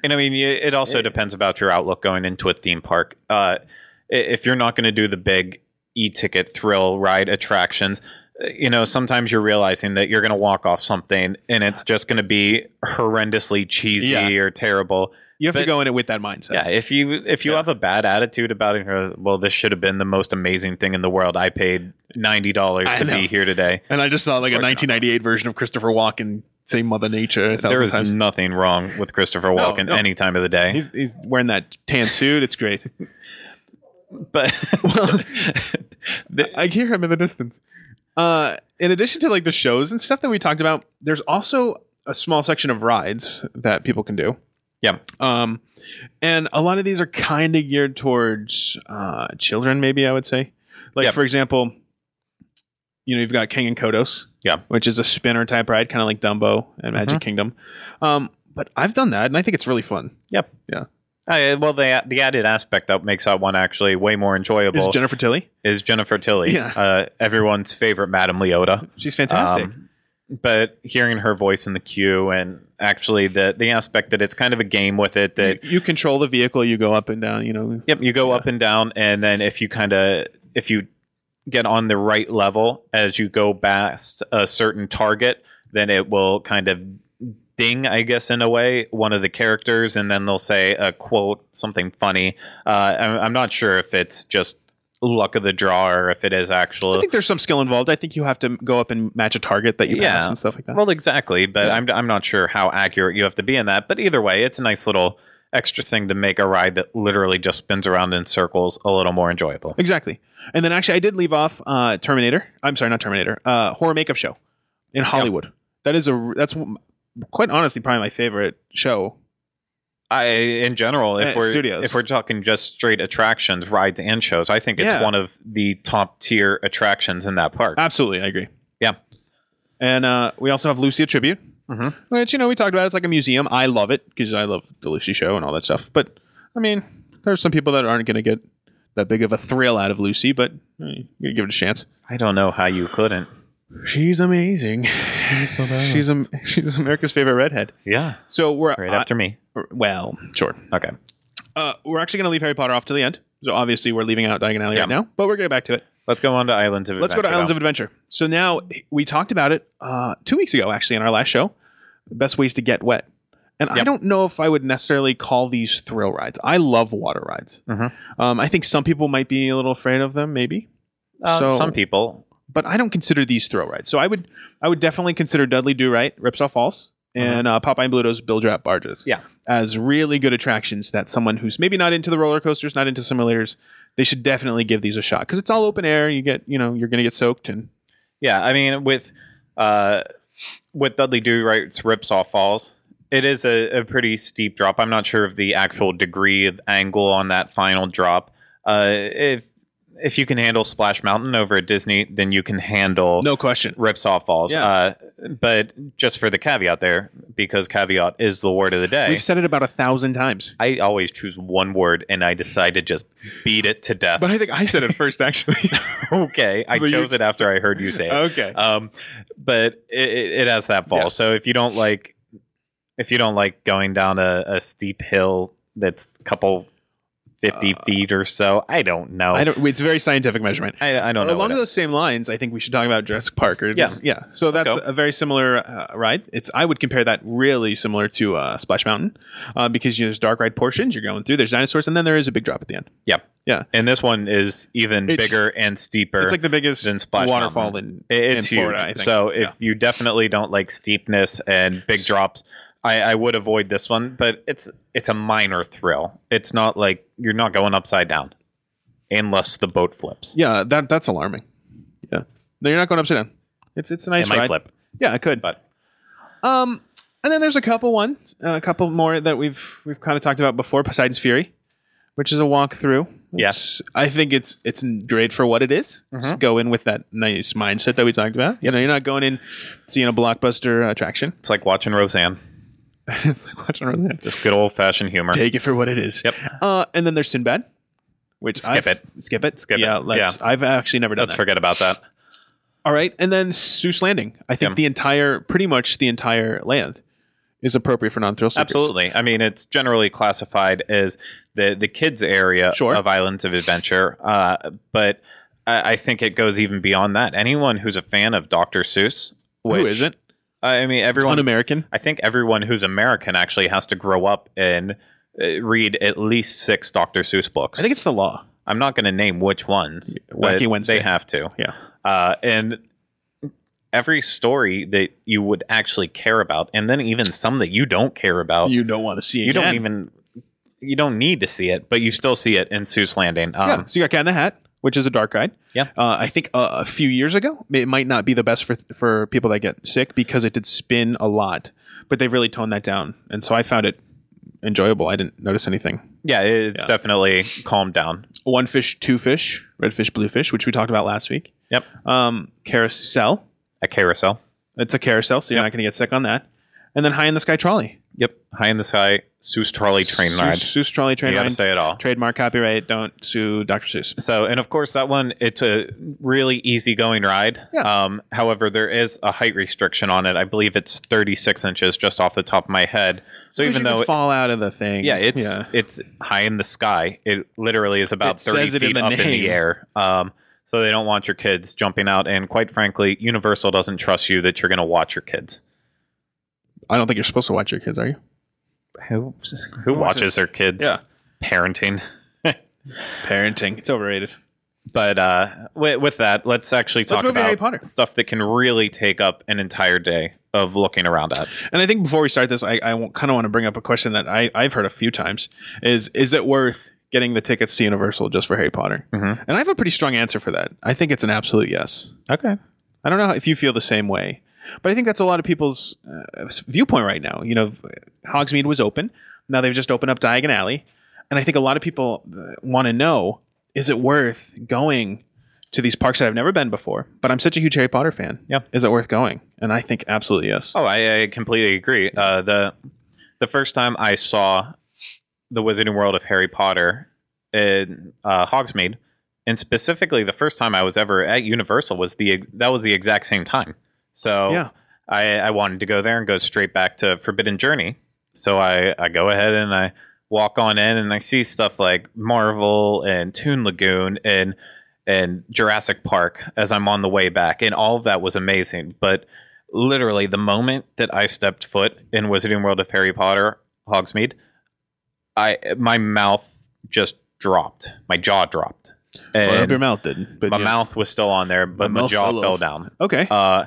S1: And I mean, you- it also depends about your outlook going into a theme park. Uh, i- if you're not going to do the big e-ticket thrill ride attractions, uh, you know, sometimes you're realizing that you're going to walk off something and it's just going to be horrendously cheesy
S2: Yeah.
S1: or terrible.
S2: you have to
S1: But-
S2: go in it with that mindset.
S1: Yeah, if you if you
S2: Yeah.
S1: have a bad attitude about it, you're, well, this should have been the most amazing thing in the world. I paid ninety dollars
S2: I
S1: to
S2: know.
S1: be here today.
S2: And I just saw like a
S1: Working on it.
S2: 1998 version of Christopher Walken say Mother Nature. A
S1: There
S2: thousand
S1: is
S2: times.
S1: nothing wrong with Christopher Walken
S2: no.
S1: any time of the day.
S2: He's, he's wearing that tan suit. It's great.
S1: but
S2: I hear him in the distance. Uh, in addition to like the shows and stuff that we talked about, there's also a small section of rides that people can do.
S1: yeah,
S2: Um, and a lot of these are kind of geared towards uh, children, maybe I would say. Like
S1: Yep.
S2: for example, you know you've got King and Kodos,
S1: Yeah. Mm-hmm.
S2: which is a spinner type ride, kind of like Dumbo and Magic Kingdom. Um, but I've done that, and I think it's really fun.
S1: Yep.
S2: Yeah.
S1: I, Oh, well, the the added aspect that makes that one actually way more enjoyable
S2: Is
S1: is,
S2: Jennifer Tilly?
S1: Jennifer Tilly,
S2: Yeah.
S1: uh, everyone's favorite Madame Leota.
S2: She's fantastic.
S1: Um, but hearing her voice in the queue and actually the the aspect that it's kind of a game with it that
S2: you, you control the vehicle, you go up and down. You know,
S1: yep you go up and down and then if you kind of if you get on the right level as you go past a certain target then it will kind of ding i guess in a way one of the characters and then they'll say a quote something funny uh, I'm, I'm not sure if it's just luck of the draw or if it is
S2: I
S1: actual
S2: think there's some skill involved. I think you have to go up and match a target that you pass
S1: Yeah.
S2: and stuff like that.
S1: well exactly but
S2: Yeah.
S1: I'm, I'm not sure how accurate you have to be in that but either way it's a nice little extra thing to make a ride that literally just spins around in circles a little more enjoyable
S2: exactly. And then actually, I did leave off uh, Terminator. I'm sorry, not Terminator. Uh, horror makeup show in Hollywood. That is a that's w- quite honestly probably my favorite show.
S1: I in general, if
S2: Uh,
S1: we're
S2: studios.
S1: if we're talking just straight attractions, rides and shows, I think it's
S2: Yeah. Uh,
S1: one of the top tier attractions in that park.
S2: Absolutely, I agree.
S1: Yeah.
S2: And uh, we also have Lucy a tribute,
S1: Mhm.
S2: which you know we talked about. It's like a museum. I love it because I love the Lucy show and all that stuff. But I mean, there's some people that aren't going to get that big of a thrill out of Lucy, but eh, you gotta give it a chance.
S1: I don't know how you couldn't.
S2: She's amazing. She's a, she's America's favorite redhead.
S1: Yeah,
S2: So we're
S1: right
S2: uh,
S1: after me.
S2: well, sure.
S1: Okay,
S2: Uh, we're actually going to leave Harry Potter off to the end. So obviously we're leaving out Diagon Alley
S1: Yeah.
S2: right now, but we're getting back to it.
S1: let's go on to Islands of.
S2: Let's go to Islands of Adventure. So now we talked about it uh, two weeks ago, actually, in our last show. Best ways to get wet, And I
S1: Yep.
S2: don't know if I would necessarily call these thrill rides. I love water rides.
S1: Mhm.
S2: Um, I think some people might be a little afraid of them, maybe,
S1: Uh,
S2: So-
S1: some people.
S2: but I don't consider these thrill rides. So I would, I would definitely consider Dudley Do Right, Ripsaw Falls, and uh, Popeye and Bluto's Bill Drop Barges.
S1: Yeah.
S2: as really good attractions that someone who's maybe not into the roller coasters, not into simulators, they should definitely give these a shot because it's all open air. You get, you know, you're going to get soaked and
S1: Yeah, I mean with uh with Dudley Do Right's Ripsaw Falls, it is a, a pretty steep drop. I'm not sure of the actual degree of angle on that final drop. Uh if if you can handle Splash Mountain over at Disney, then you can handle
S2: no question.
S1: Ripsaw Falls.
S2: Yeah.
S1: Uh but just for the caveat there, because caveat is the word of the day.
S2: We've said it about a thousand times.
S1: I always choose one word and I decide to just beat it to death.
S2: But I think I said it first, actually.
S1: okay, I
S2: So you-
S1: chose it after I heard you say it.
S2: okay.
S1: um, but it, it it has that fall.
S2: Yeah.
S1: So if you don't like, if you don't like going down a, a steep hill that's a couple fifty
S2: Uh,
S1: feet or so, I don't know.
S2: I don't. It's a very scientific measurement.
S1: I, I don't know.
S2: Along
S1: what it-
S2: those same lines, I think we should talk about Jurassic Park. Or,
S1: Yeah.
S2: yeah. So
S1: Let's
S2: that's
S1: go.
S2: a very similar uh, ride. It's I would compare that really similar to uh, Splash Mountain uh, because you know, there's dark ride portions you're going through. There's dinosaurs, and then there is a big drop at the end.
S1: and this one is even
S2: It's-
S1: bigger and steeper.
S2: It's like the biggest
S1: Than Splash
S2: waterfall in
S1: It- it's
S2: in
S1: huge.
S2: Florida, I think.
S1: So if
S2: Yeah.
S1: you definitely don't like steepness and big drops. I, I would avoid this one, but it's it's a minor thrill. It's not like you're not going upside down, unless the boat flips.
S2: yeah. That that's alarming. Yeah. No, you're not going upside down. It's it's a nice
S1: it might
S2: ride.
S1: flip,
S2: Yeah, I could.
S1: but
S2: Um, and then there's a couple ones, uh, a couple more that we've we've kind of talked about before. Poseidon's Fury, which is a walkthrough.
S1: Yes.
S2: It's- I think it's it's great for what it is.
S1: Mm-hmm.
S2: Just go in with that nice mindset that we talked about. You know, you're not going in seeing a blockbuster attraction.
S1: It's like watching Roseanne.
S2: it's like watching really
S1: Just good old fashioned humor.
S2: take it for what it is.
S1: Yep.
S2: Uh, and then there's Sinbad. Which
S1: Skip
S2: I've- skip it,
S1: Skip it.
S2: yeah, Let's, I've actually never done
S1: Let's
S2: that.
S1: forget about that.
S2: All right, and then Seuss Landing. I think
S1: Yeah.
S2: the entire, pretty much the entire land, is appropriate for non-thrill seekers.
S1: Absolutely. I mean, it's generally classified as the the kids area
S2: Sure.
S1: of Islands of Adventure, uh, but I, I think it goes even beyond that. Anyone who's a fan of Dr. Seuss, which,
S2: Who isn't?
S1: I mean, everyone.
S2: Un-American.
S1: I think everyone who's American actually has to grow up and uh, read at least six Dr. Seuss books.
S2: I think it's the law.
S1: I'm not going to name which ones.
S2: Wacky
S1: but
S2: Wednesday.
S1: They have to.
S2: Yeah.
S1: Uh, and every story that you would actually care about, and then even some that you don't care about, you,
S2: You don't want to see it.
S1: don't even you don't need to see it, but you still see it in Seuss Landing. Um,
S2: yeah. So you got Cat in the Hat, which is a dark ride.
S1: Yeah.
S2: Uh, I think uh, a few years ago, it might not be the best for for people that get sick because it did spin a lot, but they've really toned that down, and so I found it enjoyable. I didn't notice anything.
S1: yeah, it's definitely calmed down.
S2: One fish, two fish, red fish, blue fish, which we talked about last week.
S1: Yep,
S2: Um, carousel.
S1: a carousel.
S2: It's a carousel, so you're not going to get sick on that. And then high in the sky trolley.
S1: Yep, high in the sky, Seuss trolley train ride.
S2: Seuss, Seuss trolley train
S1: You got
S2: ride.
S1: to say it all.
S2: Trademark copyright. Don't sue Dr. Seuss.
S1: So, and of course, that one it's a really easygoing ride.
S2: Yeah.
S1: Um, however, there is a height restriction on it. I believe it's 36 inches, just off the top of my head. So
S2: Because
S1: even
S2: you can
S1: though, it,
S2: fall out of the thing,
S1: yeah, it's it's high in the sky. It literally is about
S2: It
S1: 30
S2: says it
S1: feet
S2: in the
S1: up in
S2: name.
S1: the air. Um, so they don't want your kids jumping out, and quite frankly, Universal doesn't trust you that you're going to watch your kids.
S2: I don't think you're supposed to watch your kids, are you?
S1: Who who watches their kids?
S2: Yeah.
S1: Parenting.
S2: Parenting, it's overrated.
S1: But uh, with, with that, let's actually talk
S2: move to
S1: about
S2: Harry Potter.
S1: stuff that can really take up an entire day of looking around at.
S2: And I think before we start this, I, I kind of want to bring up a question that I, I've heard a few times: is is it worth getting the tickets to Universal just for Harry Potter?
S1: Mhm.
S2: And I have a pretty strong answer for that. I think it's an absolute yes.
S1: Okay.
S2: I don't know if you feel the same way, but I think that's a lot of people's uh, viewpoint right now. You know, Hogsmeade was open. Now they've just opened up Diagon Alley, and I think a lot of people want to know: is it worth going to these parks that I've never been before? But I'm such a huge Harry Potter fan.
S1: Yeah.
S2: is it worth going? And I think absolutely yes.
S1: Oh, I, I completely agree. Uh, the the first time I saw the Wizarding World of Harry Potter in uh, Hogsmeade, and specifically the first time I was ever at Universal was the ex- that was the exact same time. So
S2: Yeah.
S1: I, I wanted to go there and go straight back to Forbidden Journey. So I, I go ahead and I walk on in and I see stuff like Marvel and Toon Lagoon and and Jurassic Park as I'm on the way back, and all of that was amazing. But literally the moment that I stepped foot in Wizarding World of Harry Potter, Hogsmeade, I my mouth just dropped. My jaw dropped.
S2: Well, I hope
S1: And
S2: your mouth didn't. But
S1: my
S2: yeah.
S1: mouth was still on there, but my,
S2: mouth
S1: jaw
S2: fell
S1: fell
S2: off.
S1: down.
S2: Okay.
S1: Uh,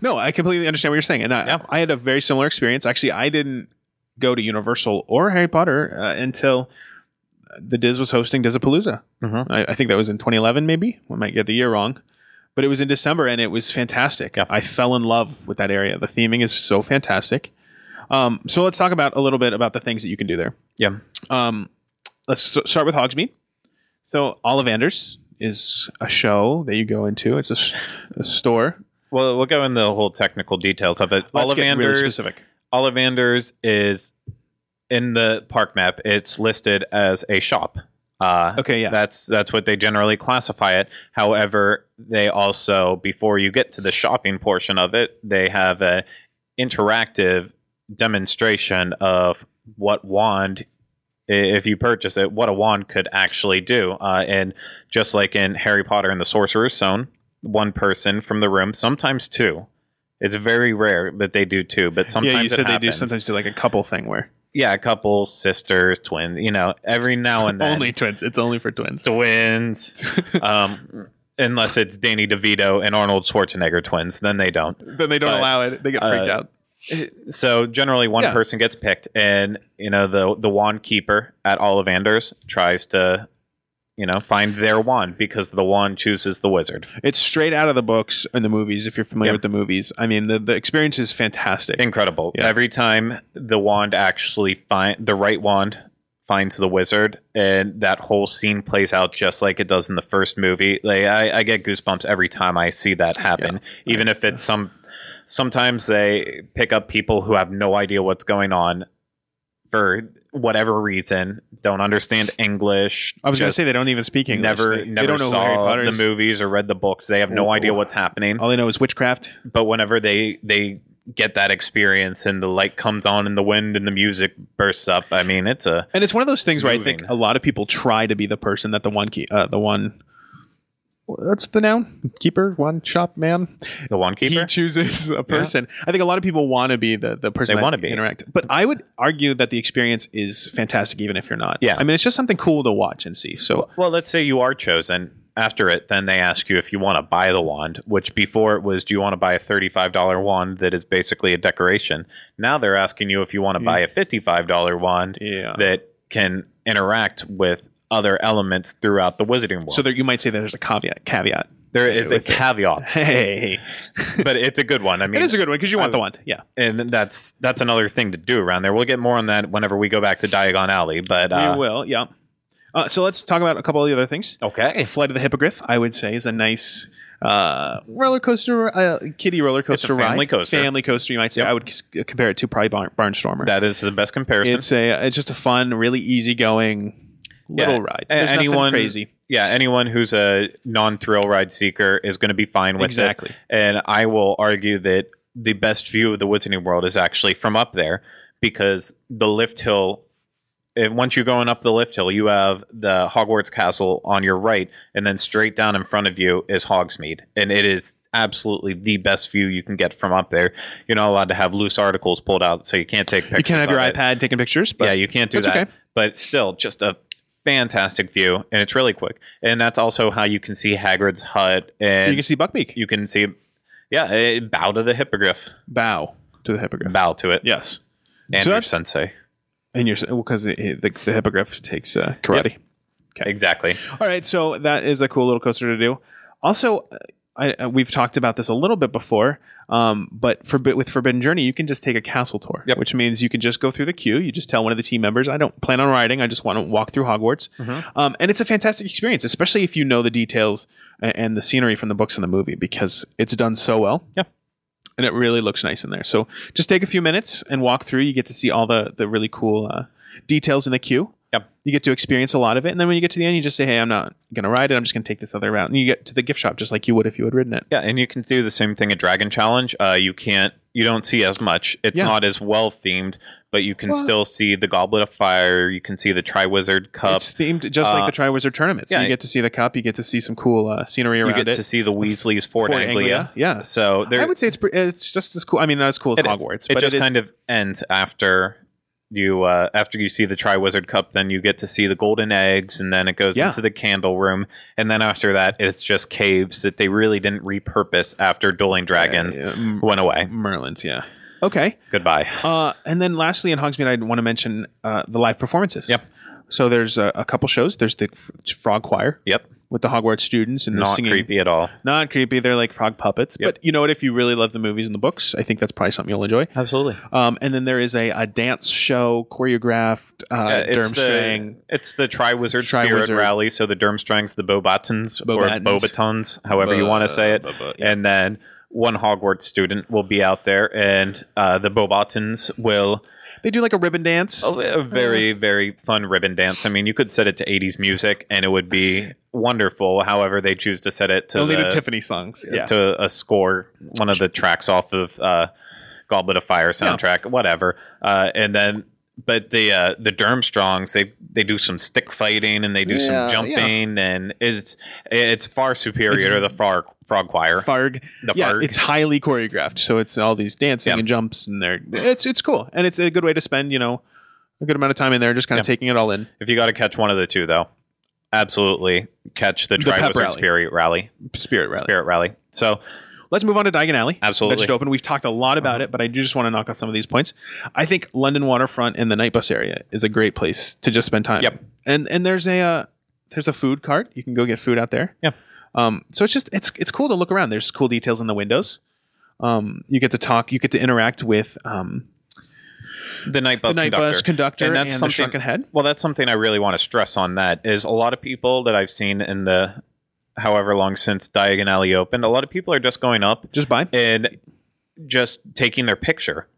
S2: no, I completely understand what you're saying, and I,
S1: Yeah.
S2: I had a very similar experience. Actually, I didn't go to Universal or Harry Potter uh, until the Diz was hosting Dizapalooza.
S1: Mhm.
S2: I, I think that was in 2011, maybe. We might get the year wrong, but it was in December, and it was fantastic.
S1: Yeah.
S2: I fell in love with that area. The theming is so fantastic. Um, so let's talk about a little bit about the things that you can do there.
S1: yeah.
S2: Um, let's st- start with Hogsmeade. So Ollivanders is a show that you go into. It's a, s- a store.
S1: Well, we'll go in the whole technical details of it.
S2: Let's get really
S1: Ollivanders
S2: specific.
S1: Ollivanders is in the park map. It's listed as a shop. Uh,
S2: Okay, yeah.
S1: That's that's what they generally classify it. However, they also before you get to the shopping portion of it, they have a interactive demonstration of what wand i- if you purchase it, what a wand could actually do. Uh, and just like in Harry Potter and the Sorcerer's Stone, one person from the room, sometimes two. It's very rare that they do two, but sometimes
S2: yeah, you
S1: it
S2: said they do
S1: happens.
S2: sometimes do like a couple thing where
S1: Yeah, a couple sisters, twins. You know, every now and then
S2: only twins. It's only for twins.
S1: twins. um, unless it's Danny DeVito and Arnold Schwarzenegger twins, then they don't.
S2: then they don't
S1: But,
S2: allow it. They get freaked
S1: uh,
S2: out.
S1: So generally, one
S2: Yeah.
S1: person gets picked, and you know the the wand keeper at Ollivanders tries to, you know, find their wand because the wand chooses the wizard.
S2: It's straight out of the books and the movies. If you're familiar
S1: Yeah.
S2: with the movies, I mean the, the experience is fantastic.
S1: Incredible!
S2: Yeah.
S1: Every time the wand actually find the right wand finds the wizard, and that whole scene plays out just like it does in the first movie. Like I, I get goosebumps every time I see that happen, even if it's some. Sometimes they pick up people who have no idea what's going on for whatever reason, don't understand English.
S2: I was going to
S1: just
S2: say they don't even speak English.
S1: never
S2: they, they
S1: never
S2: don't know who Harry
S1: saw
S2: Potter
S1: the
S2: is.
S1: movies or read the books. They have no
S2: Ooh.
S1: idea what's happening
S2: All they know is witchcraft.
S1: but whenever they they get that experience and the light comes on and the wind and the music bursts up i mean it's a
S2: And it's one of those things
S1: It's
S2: where I
S1: moving.
S2: think a lot of people try to be the person that the one key, uh, the one. What's the noun? Keeper, one shop man.
S1: the wand keeper
S2: He chooses a person. I think a lot of people want to be the the person
S1: They
S2: that
S1: wanna be.
S2: interact. But I would argue that the experience is fantastic, even if you're not.
S1: Yeah.
S2: I mean, it's just something cool to watch and see. So
S1: well let's say you are chosen after it then they ask you if you want to buy the wand which before it was do you want to buy a $35 wand that is basically a decoration now they're asking you if you want to buy a $55 wand
S2: yeah.
S1: that can interact with other elements throughout the wizarding world
S2: So there, you might say that there's a caveat. Caveat.
S1: there is a
S2: with it.
S1: caveat
S2: Hey,
S1: but it's a good one i mean
S2: it is a good one because you want
S1: I-
S2: the one. Yeah.
S1: and that's that's another thing to do around there. We'll get more on that whenever we go back to Diagon Alley. But uh,
S2: we will. Yeah. Uh, so let's talk about a couple of the other things.
S1: okay,
S2: Flight of the Hippogriff, I would say, is a nice uh, roller coaster, uh, kiddie roller coaster ride.
S1: family coaster.
S2: Family coaster, you might say. I would c- compare it to probably Barn- Barnstormer.
S1: that is the best comparison.
S2: it's a uh, it's just a fun, really easygoing little
S1: Yeah.
S2: ride.
S1: A-
S2: There's nothing
S1: anyone-
S2: crazy.
S1: yeah, anyone who's a non-thrill ride seeker is going to be fine with this.
S2: Exactly.
S1: And I will argue that the best view of the Wizarding World is actually from up there because the lift hill. And once you're going up the lift hill, you have the Hogwarts Castle on your right, and then straight down in front of you is Hogsmeade, and it is absolutely the best view you can get from up there. You're not allowed to have loose articles pulled out, so you can't take pictures.
S2: You can't have
S1: of
S2: your
S1: it.
S2: iPad taking pictures, but
S1: yeah, you can't do
S2: that's
S1: that.
S2: okay.
S1: But still, just a fantastic view, and it's really quick. And that's also how you can see Hagrid's hut, and
S2: you can see Buckbeak.
S1: you can see, yeah, eh, bow to the hippogriff,
S2: Bow to the hippogriff.
S1: bow to it,
S2: Yes.
S1: Andrew
S2: that's-
S1: Sensei.
S2: And you're because the, the, the hippogriff takes uh, karate.
S1: Exactly.
S2: All right, so that is a cool little coaster to do. Also, uh, I, uh, we've talked about this a little bit before, um, but for, with Forbidden Journey, you can just take a castle tour,
S1: Yep.
S2: which means you can just go through the queue. You just tell one of the team members, "I don't plan on riding. I just want to walk through Hogwarts." Um, and it's a fantastic experience, especially if you know the details a- and the scenery from the books and the movie, because it's done so well.
S1: Yeah.
S2: and it really looks nice in there. So just take a few minutes and walk through. You get to see all the the really cool uh, details in the queue.
S1: Yep.
S2: You get to experience a lot of it, and then when you get to the end, you just say, "Hey, I'm not gonna ride it. I'm just gonna take this other route." And you get to the gift shop just like you would if you had ridden it.
S1: Yeah, and you can do the same thing at Dragon Challenge. Uh, you can't, you don't see as much. It's
S2: Yeah.
S1: not as well themed, but you can
S2: Well-
S1: still see the Goblet of Fire. You can see the Triwizard Cup.
S2: It's themed just like
S1: uh,
S2: the Triwizard tournament. So
S1: yeah,
S2: you get to see the cup, you get to see some cool uh, scenery
S1: You
S2: around
S1: get
S2: it.
S1: to see the Weasleys Fort,
S2: Fort
S1: Anglia.
S2: Yeah.
S1: So there,
S2: I would say it's pre- it's just as cool. I mean, not as cool as
S1: it is.
S2: Hogwarts,
S1: It
S2: but
S1: just
S2: it is,
S1: kind of ends after you uh, after you see the Triwizard Cup. Then you get to see the golden eggs, and then it goes
S2: Yeah.
S1: into the candle room, and then after that, it's just caves that they really didn't repurpose after Dueling Dragons
S2: Yeah, mm. yeah.
S1: went away.
S2: Merlin's. Yeah. Okay.
S1: Goodbye.
S2: Uh, and then lastly, in Hogsmeade, I want to mention uh, the live performances.
S1: Yep.
S2: So there's a, a couple shows. There's the f- Frog Choir
S1: Yep,
S2: with the Hogwarts students and the
S1: not
S2: singing.
S1: creepy at all.
S2: Not creepy. They're like frog puppets.
S1: Yep.
S2: But you know what? If you really love the movies and the books, I think that's probably something you'll enjoy.
S1: Absolutely.
S2: Um, and then there is a, a dance show choreographed uh,
S1: Uh, it's, the,
S2: Durmstrang.
S1: it's the Triwizard Spirit
S2: Triwizard.
S1: Rally. So the Durmstrangs, the Bobatons, or
S2: Bobatons.
S1: Bobatons, however you want to say it.
S2: Bu- bu- yeah.
S1: And then one Hogwarts student will be out there, and uh, the Bobatons will
S2: They do like a ribbon dance.
S1: a, a very, very fun ribbon dance. I mean, you could set it to 80s music, and it would be wonderful. However, they choose to set it to
S2: They'll need
S1: the,
S2: a Tiffany songs. Yeah.
S1: to a score, one of the tracks off of uh, Goblet of Fire soundtrack, whatever. Uh, and then, but the uh, the Durmstrongs, they they do some stick fighting and they do
S2: Yeah, yeah.
S1: some jumping, and it's it's far superior
S2: It's-
S1: to the frog frog choir.
S2: Farg.
S1: The
S2: yeah,
S1: Farg.
S2: it's highly choreographed. So it's all these dancing
S1: Yeah.
S2: and jumps, and they're it's it's cool, and it's a good way to spend you know a good amount of time in there, just kind
S1: Yeah.
S2: of taking it all in.
S1: If you got to catch one of the two, though, absolutely catch the
S2: The pep
S1: Triwizard
S2: rally.
S1: Spirit Rally.
S2: Spirit rally.
S1: Spirit Rally. So
S2: Let's move on to Diagon Alley.
S1: Absolutely. Uh-huh.
S2: That just opened. We've talked a lot about it, but I do just want to knock off some of these points. I think London Waterfront and the Night Bus area is a great place to just spend time.
S1: Yep.
S2: And and there's a uh, there's a food cart. You can go get food out there.
S1: Yep.
S2: Um, so it's just it's it's cool to look around. There's cool details in the windows. Um, you get to talk. You get to interact with um,
S1: the night
S2: the
S1: bus
S2: night
S1: conductor.
S2: bus conductor and,
S1: And that's
S2: the
S1: something-
S2: shrunken head.
S1: Well, that's something I really want to stress on that is a lot of people that I've seen in the however long since Diagon Alley opened, a lot of people are just going up
S2: Just by
S1: and just taking their picture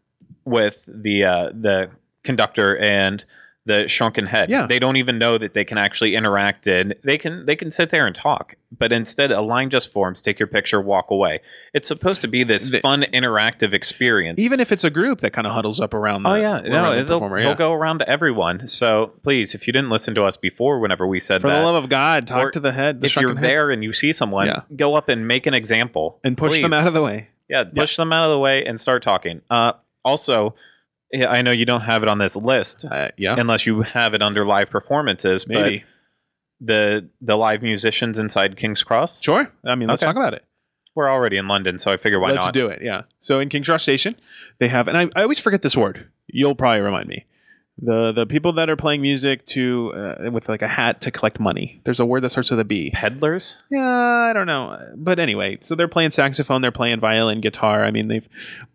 S1: with the uh, the conductor and the shrunken head.
S2: Yeah.
S1: They don't even know that they can actually interact and they can they can sit there and talk. But instead a line just forms, take your picture, walk away. It's supposed to be this
S2: The-
S1: fun interactive experience.
S2: even if it's a group that kind of huddles up around. The,
S1: Oh yeah, no,
S2: around the
S1: it'll,
S2: performer,
S1: it'll
S2: yeah.
S1: go around to everyone. So please, if you didn't listen to us before, whenever we said
S2: For
S1: that,
S2: the love of God, talk
S1: Or
S2: to the head. The
S1: if you're
S2: shrunken head,
S1: there and you see someone,
S2: Yeah.
S1: go up and make an example
S2: and push
S1: Please.
S2: them out of the way.
S1: Yeah, push them out of the way and start talking. Uh, also, yeah, I know you don't have it on this list
S2: Uh, yeah.
S1: unless you have it under live performances.
S2: Maybe.
S1: But the the live musicians inside King's Cross.
S2: Sure. I mean, let's
S1: Okay.
S2: talk about it.
S1: We're already in London, so I figure why
S2: let's
S1: not?
S2: do it. Yeah. So in King's Cross Station, they have, and I, I always forget this word. You'll probably remind me. The the people that are playing music to uh, with like a hat to collect money. There's a word that starts with a B.
S1: Peddlers.
S2: Yeah, I don't know. But anyway, so they're playing saxophone, they're playing violin, guitar. I mean, they've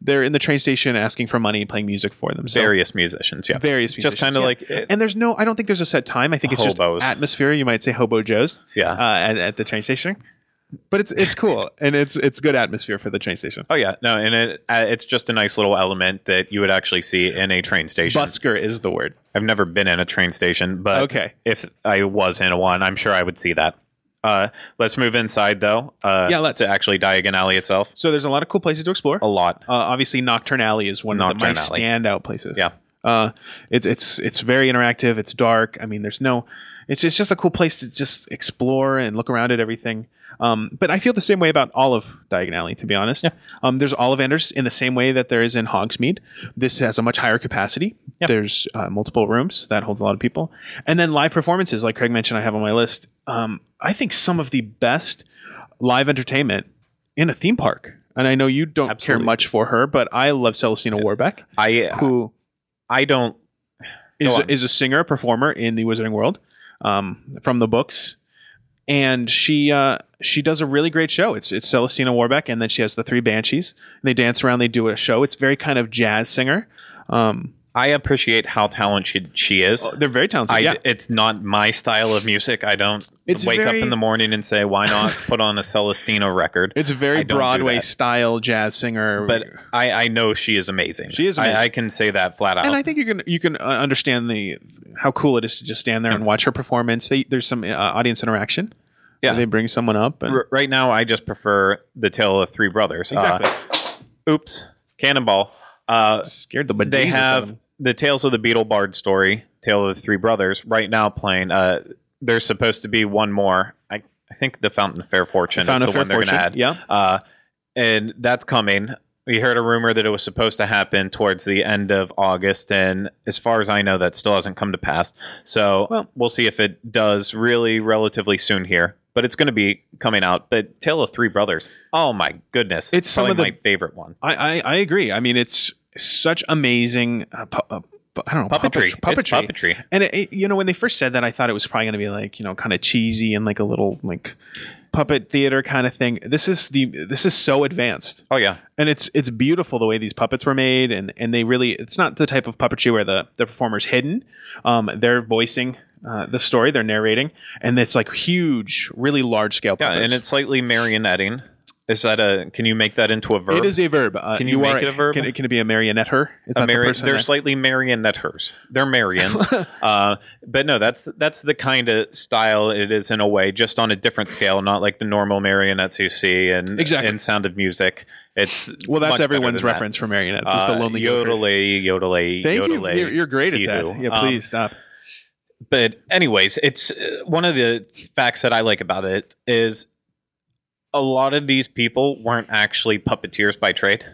S2: they're in the train station asking for money, playing music for them. So
S1: Various musicians. Yeah,
S2: various
S1: just kind
S2: musicians,
S1: of
S2: yeah.
S1: like eh,
S2: And there's no, I don't think there's a set time. I think it's
S1: Hobos.
S2: just atmosphere. You might say Hobo Joe's
S1: yeah.
S2: uh, at, at the train station, but it's it's cool and it's it's good atmosphere for the train station.
S1: Oh yeah, no, and it uh, it's just a nice little element that you would actually see in a train station.
S2: Busker is the word.
S1: I've never been in a train station, but
S2: Okay.
S1: if I was in one, I'm sure I would see that. Uh, let's move inside though. Uh,
S2: Yeah, let's.
S1: to actually Diagon Alley itself.
S2: So there's a lot of cool places to explore.
S1: A lot.
S2: Uh, obviously, Nocturne Alley is one
S1: Nocturne
S2: of the, my
S1: Alley.
S2: standout places.
S1: Yeah.
S2: Uh, it's it's it's very interactive. It's dark. I mean, there's no. It's it's just a cool place to just explore and look around at everything. Um, but I feel the same way about all of Diagon Alley, to be honest. Um, there's Ollivanders in the same way that there is in Hogsmeade. This has a much higher capacity.
S1: Yeah.
S2: There's uh, multiple rooms that holds a lot of people, and then live performances, like Craig mentioned, I have on my list. Um, I think some of the best live entertainment in a theme park. And I know you don't care
S1: Absolutely.
S2: much for her, but I love Celestina Warbeck,
S1: I
S2: who
S1: I don't.
S2: is
S1: Go
S2: a,
S1: on.
S2: is a singer, performer in the Wizarding World um, from the books, and she uh, she does a really great show. It's it's Celestina Warbeck, and then she has the three Banshees. And they dance around. They do a show. It's very kind of jazz singer. Um,
S1: I appreciate how talented she is.
S2: They're very talented.
S1: I,
S2: Oh, yeah.
S1: It's not my style of music. I don't
S2: It's
S1: wake
S2: very-
S1: up in the morning and say, why not put on a Celestino record?
S2: It's very
S1: I don't do
S2: Broadway
S1: that.
S2: style jazz singer.
S1: but I, I know she is amazing.
S2: She is amazing.
S1: I, I can say that flat out.
S2: and I think you can you can uh, understand the how cool it is to just stand there and watch her performance. They, there's some uh, audience interaction.
S1: Yeah.
S2: they bring someone up. And,
S1: R- right now, I just prefer the Tale of Three Brothers. Uh, oops, Cannonball. Uh,
S2: scared the bejesus
S1: they
S2: out of
S1: have
S2: them.
S1: the Tales of the Beetle Bard story, Tale of the Three Brothers, right now playing. Uh, there's supposed to be one more. I, I think the Fountain of Fair Fortune
S2: Found
S1: is
S2: a
S1: the
S2: fair
S1: one they're going to
S2: fortune.
S1: add.
S2: Yeah,
S1: Uh, and that's coming. We heard a rumor that it was supposed to happen towards the end of August, and as far as I know, that still hasn't come to pass. So
S2: Well-
S1: we'll see if it does really relatively soon here. But it's going to be coming out. But Tale of Three Brothers, oh my goodness,
S2: It's some
S1: probably
S2: of the-
S1: my favorite one.
S2: I, I I agree. I mean, it's such amazing. Uh, pu- uh, pu- I don't know
S1: Puppetry,
S2: puppet-
S1: It's
S2: puppetry.
S1: puppetry.
S2: And it, it- you know, when they first said that, I thought it was probably going to be like you know, kind of cheesy and like a little like puppet theater kind of thing. This is the this is so advanced,
S1: Oh yeah,
S2: and it's it's beautiful the way these puppets were made, and and they really it's not the type of puppetry where the the performer's hidden. Um, they're voicing. Uh, the story they're narrating, and it's like huge, really large scale.
S1: yeah, and it's slightly marionetting. Is that a? Can you make that into a verb?
S2: it is a verb. Uh,
S1: Can you
S2: are-
S1: make it a verb?
S2: Can, it- can it be a marionette? Her? Is that
S1: a
S2: the
S1: Mari-
S2: person
S1: they're
S2: that-
S1: slightly marionetters. They're Marians. uh, but no, that's that's the kind of style it is in a way, just on a different scale, not like the normal marionettes you see in,
S2: Exactly.
S1: in Sound of Music. It's
S2: Well,
S1: much
S2: that's
S1: better
S2: everyone's
S1: than that.
S2: reference for marionettes. It's the
S1: Uh,
S2: lonely Joker.
S1: yodelay, yodelay,
S2: Thank you.
S1: yodelay.
S2: You're, you're great at
S1: you.
S2: that. Yeah,
S1: Um,
S2: please stop.
S1: but anyways, it's uh, one of the facts that I like about it is a lot of these people weren't actually puppeteers by trade.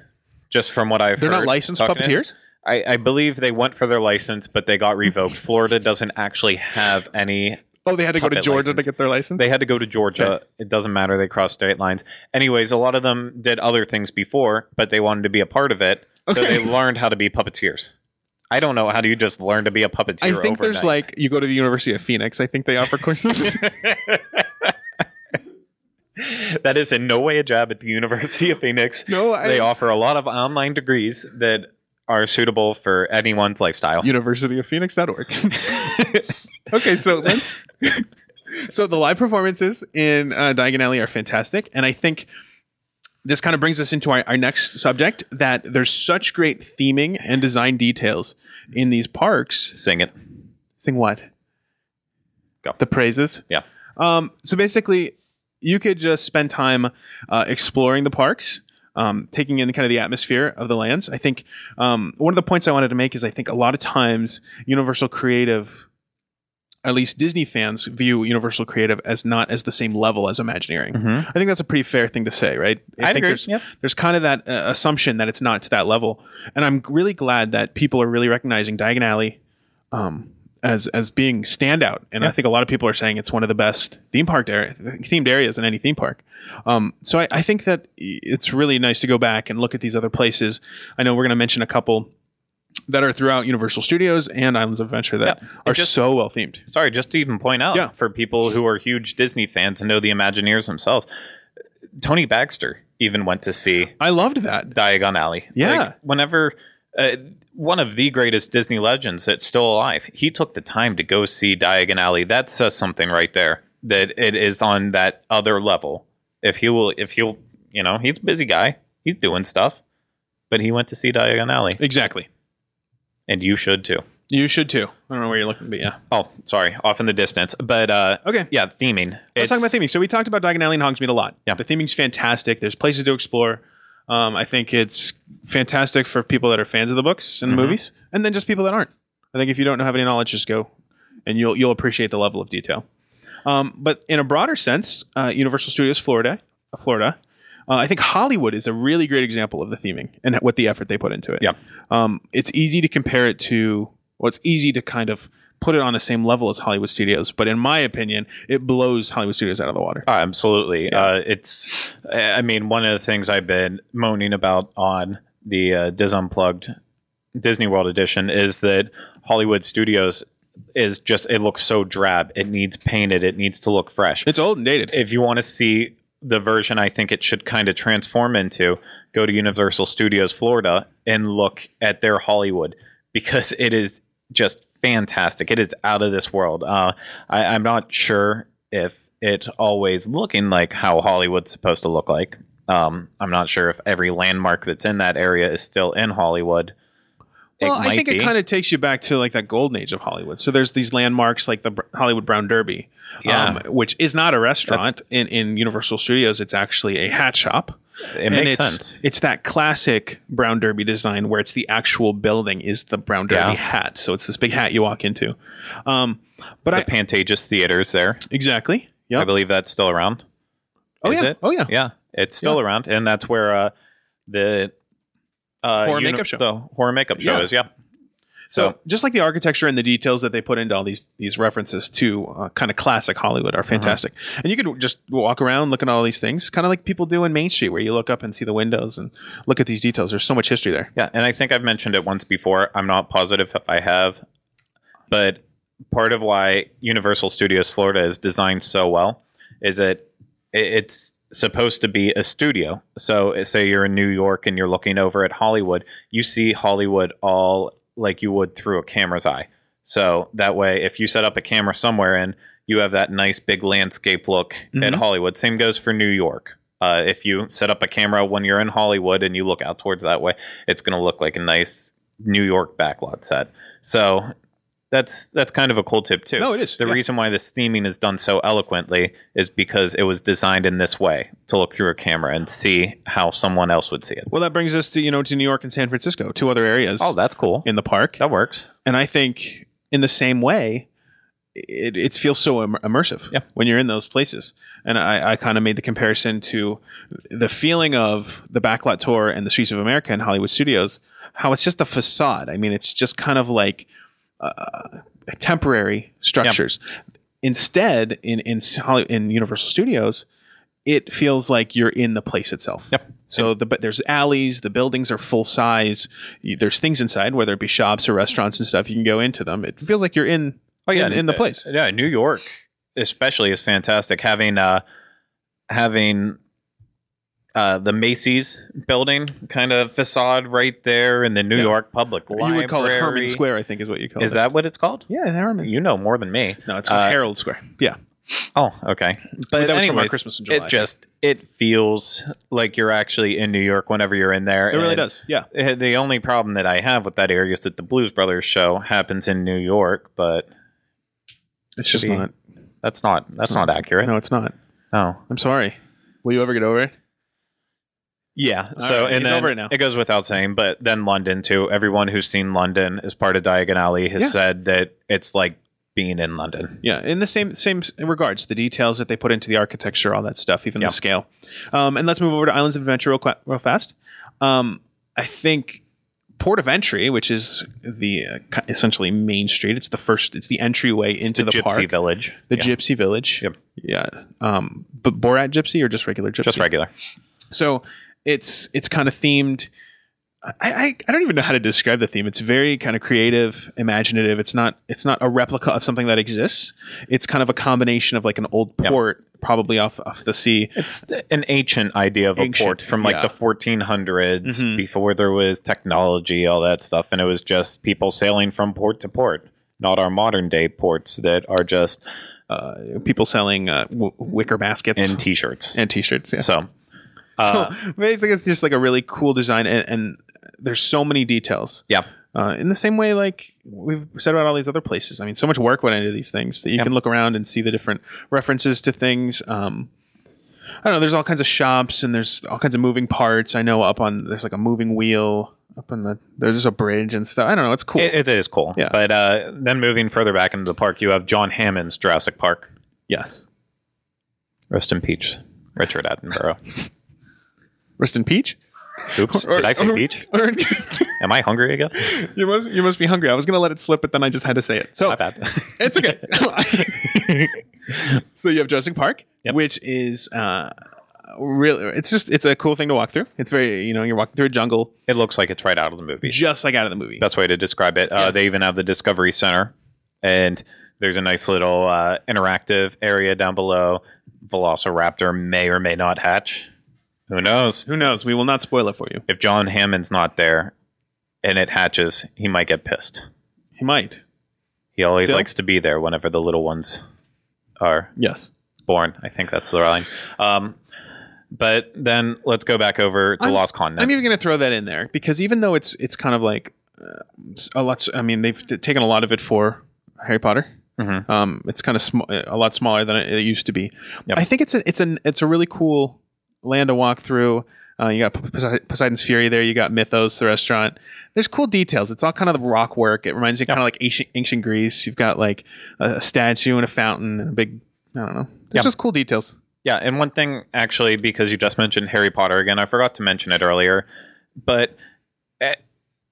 S1: Just from what I've
S2: They're
S1: heard,
S2: not licensed
S1: talking to-
S2: puppeteers.
S1: I, I believe they went for their license, but they got revoked. Florida doesn't actually have any.
S2: Oh, they had to go to
S1: Puppet
S2: Georgia to
S1: license.
S2: get their license.
S1: They had to go to Georgia. It doesn't matter. They crossed state lines. Anyways, a lot of them did other things before, but they wanted to be a part of it. So
S2: Okay.
S1: they learned how to be puppeteers. I don't know. How do you just learn to be a puppeteer?
S2: I think there's
S1: overnight?
S2: like you go to the University of Phoenix. I think they offer courses.
S1: that is in no way a job at the University of Phoenix.
S2: no, I,
S1: They offer a lot of online degrees that are suitable for anyone's lifestyle.
S2: University of Phoenix.org. okay, so let's. so the live performances in uh, Diagon Alley are fantastic, and I think this kind of brings us into our, our next subject that there's such great theming and design details in these parks.
S1: Sing it.
S2: Sing what?
S1: Go.
S2: The praises.
S1: Yeah.
S2: Um, so basically, you could just spend time uh, exploring the parks, um, taking in kind of the atmosphere of the lands. I think um, one of the points I wanted to make is I think a lot of times Universal Creative, at least Disney fans, view Universal Creative as not as the same level as Imagineering. I think that's a pretty fair thing to say, right? I think there's
S1: Mm-hmm. Yep.
S2: there's kind of that uh, assumption that it's not to that level, and I'm really glad that people are really recognizing Diagon Alley um, as as being standout. And I
S1: Yeah.
S2: think a lot of people are saying it's one of the best theme park area, themed areas in any theme park. Um, so I, I think that it's really nice to go back and look at these other places. I know we're going to mention a couple that are throughout Universal Studios and Islands of Adventure that
S1: Yeah,
S2: are
S1: and just-
S2: so well themed.
S1: sorry, just to even point out
S2: Yeah.
S1: for people who are huge Disney fans and know the Imagineers themselves, Tony Baxter even went to see
S2: I loved that.
S1: Diagon Alley.
S2: Yeah.
S1: Like, whenever uh, one of the greatest Disney legends that's still alive, he took the time to go see Diagon Alley. That says something right there that it is on that other level. If he will, if he'll, you know, he's a busy guy, he's doing stuff, but he went to see Diagon Alley,
S2: Exactly.
S1: and you should too.
S2: You should too. I don't know where you're looking, but yeah.
S1: Oh, sorry, off in the distance, but uh,
S2: Okay.
S1: yeah, theming.
S2: Let's talk about theming. So we talked about Diagon Alley and Hogsmeade a lot.
S1: Yeah.
S2: The theming's fantastic. There's places to explore. Um, I think it's fantastic for people that are fans of the books and the
S1: Mhm.
S2: movies, and then just people that aren't. I think if you don't have any knowledge, just go, and you'll you'll appreciate the level of detail. Um, but in a broader sense, uh, Universal Studios Florida, uh, Florida, uh, I think Hollywood is a really great example of the theming and what the effort they put into it.
S1: Yeah.
S2: Um, it's easy to compare it to, well, it's easy to kind of put it on the same level as Hollywood Studios, but in my opinion, it blows Hollywood Studios out of the water.
S1: Oh, absolutely. Uh, it's, I mean, one of the things I've been moaning about on the uh, Dis Unplugged Disney World edition is that Hollywood Studios is just, it looks so drab. It needs painted, it needs to look fresh.
S2: It's old and dated.
S1: If you want to see the version I think it should kind of transform into, go to Universal Studios Florida and look at their Hollywood. because it is just fantastic. It is out of this world. Uh, I, I'm not sure if it's always looking like how Hollywood's supposed to look like. Um, I'm not sure if every landmark that's in that area is still in Hollywood.
S2: Well, I think it kind of takes you back to like that golden age of Hollywood. So there's these landmarks like the Br- Hollywood Brown Derby,
S1: Yeah.
S2: um, which is not a restaurant in, in Universal Studios. It's actually a hat shop.
S1: it makes
S2: it's,
S1: sense.
S2: It's that classic Brown Derby design where it's the actual building is the Brown Derby
S1: Yeah.
S2: hat. So it's this big hat you walk into. Um, but
S1: the
S2: I
S1: Pantages Theater's there.
S2: exactly.
S1: I
S2: Yep.
S1: believe that's still around.
S2: Oh
S1: is
S2: yeah.
S1: it?
S2: oh yeah.
S1: Yeah, it's still around, and that's where uh, the uh,
S2: Horror makeup show.
S1: the horror makeup show
S2: Yeah.
S1: is. Yeah.
S2: So,
S1: So-
S2: just like the architecture and the details that they put into all these these references to uh, kind of classic Hollywood are fantastic. And you could just walk around looking at all these things, kind of like people do in Main Street, where you look up and see the windows and look at these details. There's so much history there.
S1: Yeah, and I think I've mentioned it once before. I'm not positive if I have, but part of why Universal Studios Florida is designed so well is it i- it's supposed to be a studio. So say you're in New York and you're looking over at Hollywood, you see Hollywood all like you would through a camera's eye. So that way if you set up a camera somewhere and you have that nice big landscape look at
S2: Mhm.
S1: Hollywood. Same goes for New York. Uh, if you set up a camera when you're in Hollywood and you look out towards that way, it's going to look like a nice New York backlot set. So that's that's kind of a cool tip too.
S2: No, it is
S1: the
S2: Yeah.
S1: reason why this theming is done so eloquently is because it was designed in this way to look through a camera and see how someone else would see it.
S2: Well, that brings us to you know to New York and San Francisco, two other areas
S1: Oh, that's cool.
S2: in the park.
S1: That works.
S2: And I think in the same way, it, it feels so Im- immersive
S1: Yeah.
S2: when you're in those places. And I, I kind of made the comparison to the feeling of the Backlot Tour and the Streets of America and Hollywood Studios, how it's just a facade. I mean, it's just kind of like uh, temporary structures. Instead, in in, Holly- in Universal Studios, it feels like you're in the place itself.
S1: Yep.
S2: So the but there's alleys, the buildings are full size. You, there's things inside, whether it be shops or restaurants and stuff. You can go into them. It feels like you're in. Oh in, in the
S1: uh,
S2: place.
S1: Yeah, New York especially is fantastic. Having uh, having uh, the Macy's building kind of facade right there, and the New
S2: Yeah.
S1: York Public Library.
S2: You would call it Herman Square, I think, is what you call
S1: Is
S2: it.
S1: that what it's called?
S2: Yeah, Herman.
S1: You know more than me.
S2: No, it's called
S1: Uh,
S2: Herald Square. Yeah,
S1: Oh, okay. But
S2: that was from our
S1: anyways,
S2: Christmas in July.
S1: it just it feels like you're actually in New York whenever you're in there.
S2: it really
S1: and
S2: does. Yeah,
S1: it- The only problem that I have with that area is that the Blues Brothers show happens in New York, but
S2: it's just
S1: be-
S2: not.
S1: that's not that's not accurate. Oh.
S2: No, it's not.
S1: No.
S2: I'm sorry. Will you ever get over it?
S1: Yeah.
S2: All
S1: So
S2: right,
S1: and
S2: it's
S1: then
S2: over now.
S1: it goes without saying, but then London too. Everyone who's seen London as part of Diagon Alley has
S2: Yeah.
S1: said that it's like being in London.
S2: Yeah, in the same same s- regards, the details that they put into the architecture, all that stuff, even
S1: Yeah.
S2: the scale. Um, and let's move over to Islands of Adventure real, qua real fast. Um, I think Port of Entry, which is the uh, ki- essentially Main Street, it's the first, it's the entryway
S1: It's
S2: into
S1: the,
S2: the,
S1: Gypsy
S2: park,
S1: Village.
S2: the
S1: Yeah,
S2: Gypsy Village.
S1: Yep.
S2: Yeah. Um, but Borat Gypsy or just regular Gypsy?
S1: just regular.
S2: So it's it's kind of themed. I, I, I don't even know how to describe the theme. It's very kind of creative, imaginative. It's not it's not a replica of something that exists. It's kind of a combination of like an old
S1: Yep.
S2: port, probably off off the sea.
S1: It's th- an ancient idea of
S2: Ancient,
S1: a port from like
S2: yeah.
S1: the 1400s
S2: Mhm.
S1: before there was technology, all that stuff. And it was just people sailing from port to port, not our modern day ports that are just
S2: Uh, people selling uh, w- wicker baskets
S1: in t shirts.
S2: and t-shirts. Yeah.
S1: So, uh,
S2: so basically, it's just like a really cool design, and, and there's so many details.
S1: yeah.
S2: Uh, in the same way, like we've said about all these other places. I mean, so much work went into these things that you
S1: Yeah.
S2: can look around and see the different references to things. Um, I don't know. There's all kinds of shops and there's all kinds of moving parts. I know up on there's like a moving wheel up on the there's a bridge and stuff. I don't know. It's cool.
S1: It, it is cool.
S2: Yeah.
S1: But uh, then moving further back into the park, you have John Hammond's Jurassic Park.
S2: yes.
S1: Rest in peach, Richard Attenborough.
S2: Rest in peach.
S1: Oops, did I say peach?
S2: Or-
S1: Am I hungry again?
S2: you must you must be hungry. I was gonna let it slip, but then I just had to say it. So
S1: My bad.
S2: It's okay. so you have Jurassic Park,
S1: Yep.
S2: which is uh, really it's just it's a cool thing to walk through. It's very you know you're walking through a jungle,
S1: it looks like it's right out of the movie.
S2: just like out of the movie.
S1: Best way to describe it. Uh,
S2: Yes.
S1: They even have the Discovery Center, and there's a nice little uh, interactive area down below. Velociraptor may or may not hatch. Who knows?
S2: Who knows? We will not spoil it for you.
S1: If John Hammond's not there, and it hatches, he might get pissed.
S2: He might.
S1: He always
S2: Still?
S1: likes to be there whenever the little ones are
S2: Yes.
S1: born. I think that's the line. Um, but then let's go back over to
S2: I'm-
S1: Lost Continent.
S2: I'm even going to throw that in there because even though it's it's kind of like uh, s- a lot. I mean, they've t- taken a lot of it for Harry Potter.
S1: Mhm.
S2: Um, it's kind of sm- a lot smaller than it, it used to be.
S1: Yep.
S2: I think it's a it's an it's a really cool land to walk through. Uh, you got P- Pose- Poseidon's Fury there. You got Mythos, the restaurant. There's cool details. It's all kind of rock work. It reminds you kind of like ancient, ancient Greece. You've got like a, a statue and a fountain and a big I don't know.
S1: Yep.
S2: There's just cool details.
S1: Yeah, and one thing actually, because you just mentioned Harry Potter again, I forgot to mention it earlier, but eh,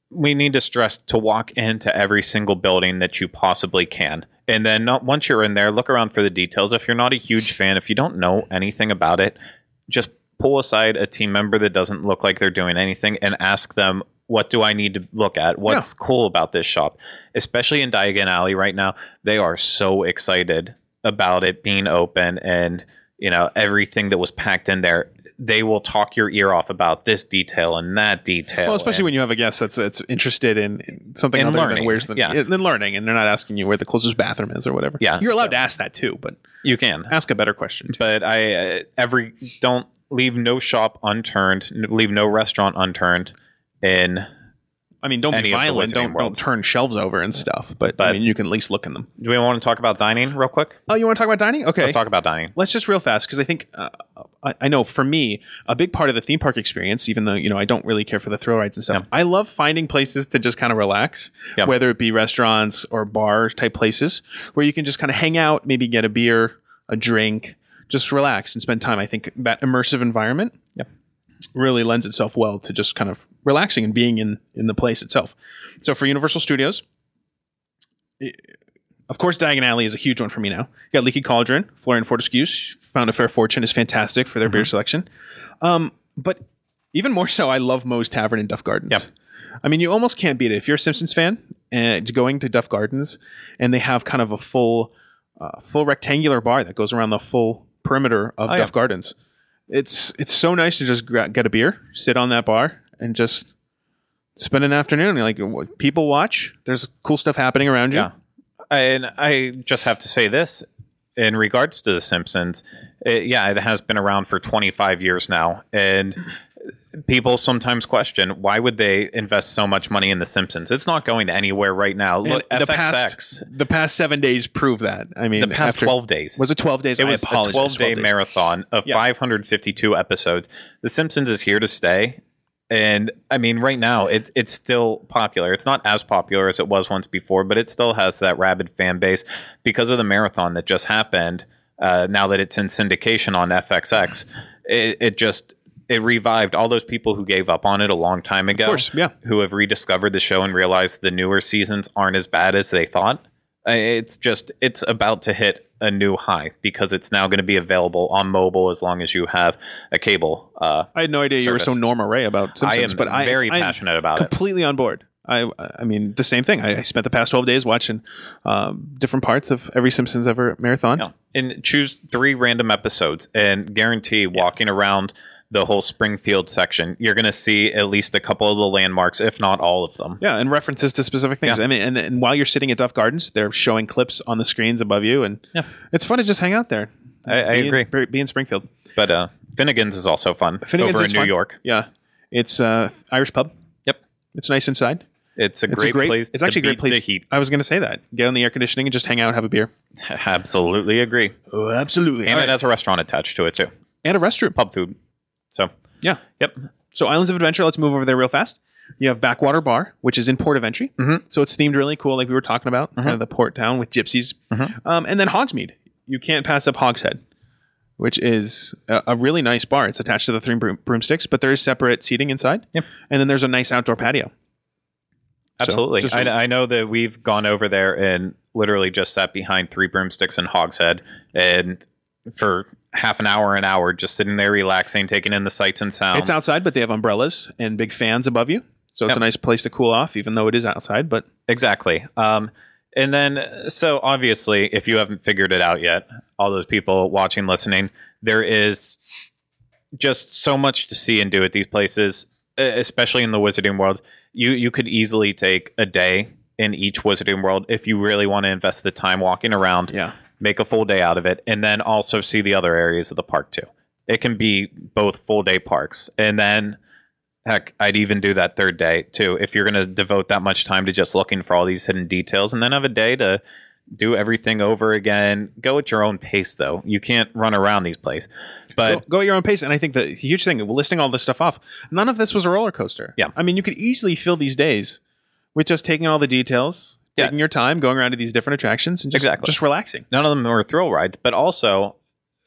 S1: we need to stress to walk into every single building that you possibly can. And then not, once you're in there, look around for the details. If you're not a huge fan, if you don't know anything about it, just pull aside a team member that doesn't look like they're doing anything and ask them, what do I need to look at? What's cool about this shop? Especially in Diagon Alley right now, they are so excited about it being open and you know everything that was packed in there they will talk your ear off about this detail and that detail
S2: Well, especially
S1: and-
S2: when you have a guest that's that's interested in, in something
S1: In
S2: other
S1: learning,
S2: than where's the
S1: yeah.
S2: in learning, and they're not asking you where the closest bathroom is or whatever.
S1: Yeah,
S2: you're allowed to ask that too, but
S1: you can
S2: ask a better question. Too.
S1: but i uh, every don't leave no shop unturned n- leave no restaurant unturned in
S2: I mean, don't
S1: Any
S2: be
S1: of the
S2: violent.
S1: Wizarding
S2: Don't don't
S1: worlds. turn
S2: turn shelves over and stuff. But,
S1: But-
S2: I mean, you can at least look in them.
S1: do we want to talk about dining real quick
S2: Oh, you want to talk about dining? Okay,
S1: let's talk about dining
S2: let's just real fast because I think uh, I, I know for me a big part of the theme park experience, even though you know I don't really care for the thrill rides and stuff. I love finding places to just kind of relax,
S1: Yeah.
S2: whether it be restaurants or bar type places where you can just kind of hang out, maybe get a beer, a drink, just relax and spend time. I think that immersive environment
S1: Yep.
S2: really lends itself well to just kind of relaxing and being in in the place itself. So for Universal Studios. i- Of course, Diagon Alley is a huge one for me now. You got Leaky Cauldron, Florian Fortescue's Found a Fair Fortune is fantastic for their
S1: Mm-hmm.
S2: beer selection. Um, but even more so, I love Moe's Tavern in Duff Gardens.
S1: Yep.
S2: I mean, you almost can't beat it. If you're a Simpsons fan and going to Duff Gardens and they have kind of a full, uh, full rectangular bar that goes around the full perimeter of
S1: Oh, yeah.
S2: Duff Gardens, it's it's so nice to just gra- get a beer, sit on that bar, and just spend an afternoon. Like w- people watch. There's cool stuff happening around you.
S1: Yeah. and i just have to say this in regards to the simpsons it, yeah it has been around for 25 years now and people sometimes question why would they invest so much money in the simpsons it's not going anywhere right now look
S2: And
S1: the
S2: the
S1: fxx
S2: past the past seven days prove that. I mean,
S1: the past
S2: after-
S1: 12 days
S2: was it twelve days?
S1: it
S2: I
S1: was a
S2: apologize,
S1: 12 day
S2: 12 days.
S1: marathon of
S2: Yeah.
S1: 552 episodes the simpsons is here to stay and i mean right now it, it's still popular it's not as popular as it was once before but it still has that rabid fan base because of the marathon that just happened uh, now that it's in syndication on fxx it, it just it revived all those people who gave up on it a long time ago
S2: Of course, yeah.
S1: who have rediscovered the show and realized the newer seasons aren't as bad as they thought. Uh, It's just it's about to hit a new high because it's now going to be available on mobile as long as you have a cable. Uh,
S2: I had no idea you were so
S1: service.
S2: Norma Ray about
S1: I
S2: Simpsons,
S1: am
S2: but I,
S1: very
S2: I'm
S1: passionate about it.
S2: completely on board. I, I mean, the same thing. I, I spent the past twelve days watching um, different parts of every Simpsons ever marathon.
S1: Yeah. And choose three random episodes and guarantee walking around the whole Springfield section, you're going to see at least a couple of the landmarks, if not all of them.
S2: Yeah, and references to specific things.
S1: Yeah.
S2: I mean, and, and while you're sitting at Duff Gardens, they're showing clips on the screens above you, and
S1: Yeah.
S2: it's fun to just hang out there.
S1: I- I
S2: Be in-
S1: agree.
S2: be in Springfield.
S1: But uh, Finnegan's is also fun
S2: Finnegan's
S1: over
S2: is
S1: in New
S2: fun.
S1: York.
S2: Yeah, it's uh, Irish pub.
S1: Yep.
S2: It's nice inside.
S1: It's a,
S2: It's
S1: great,
S2: a great
S1: place.
S2: It's
S1: to
S2: actually a great
S1: beat
S2: place.
S1: The heat.
S2: I was going to say that. Get on the air conditioning and just hang out, have a beer.
S1: Absolutely agree.
S2: Oh, absolutely.
S1: And it has a restaurant attached to it too.
S2: and a restroom.
S1: Pub food. So,
S2: Yeah.
S1: yep.
S2: So Islands of Adventure, let's move over there real fast. You have Backwater Bar, which is in Port of Entry.
S1: Mhm.
S2: So it's themed really cool, like we were talking about, kind of the port town with gypsies. Um, and then Hogsmeade. You can't pass up Hogshead, which is a, a really nice bar. It's attached to the Three broom, Broomsticks, but there is separate seating inside.
S1: Yep.
S2: And then there's a nice outdoor patio.
S1: Absolutely.
S2: just-
S1: I, I know that we've gone over there and literally just sat behind three broomsticks and hogshead and for half an hour, an hour, just sitting there relaxing, taking in the sights and sounds.
S2: It's outside, but they have umbrellas and big fans above you. So
S1: Um,
S2: it's
S1: Yep.
S2: a nice place to cool off, even though it is outside. But
S1: Exactly. Um, and then, uh, so obviously, if you haven't figured it out yet, all those people watching, listening, there is just so much to see and do at these places. e, especially in the Wizarding world, you you could easily take a day in each Wizarding world if you really want to invest the time walking around,
S2: Yeah.
S1: make a full day out of it, and then also see the other areas of the park too. It can be both full day parks, and then heck, I'd even do that third day too if you're going to devote that much time to just looking for all these hidden details, and then have a day to do everything over again. Go at your own pace, though. You can't run around these places, but.
S2: go, go at your own pace. And I think the huge thing, listing all this stuff off, none of this was a roller coaster.
S1: Yeah.
S2: I mean, you could easily fill these days with just taking all the details,
S1: Yeah.
S2: taking your time, going around to these different attractions, and just,
S1: Exactly.
S2: just relaxing.
S1: none of them are thrill rides, but also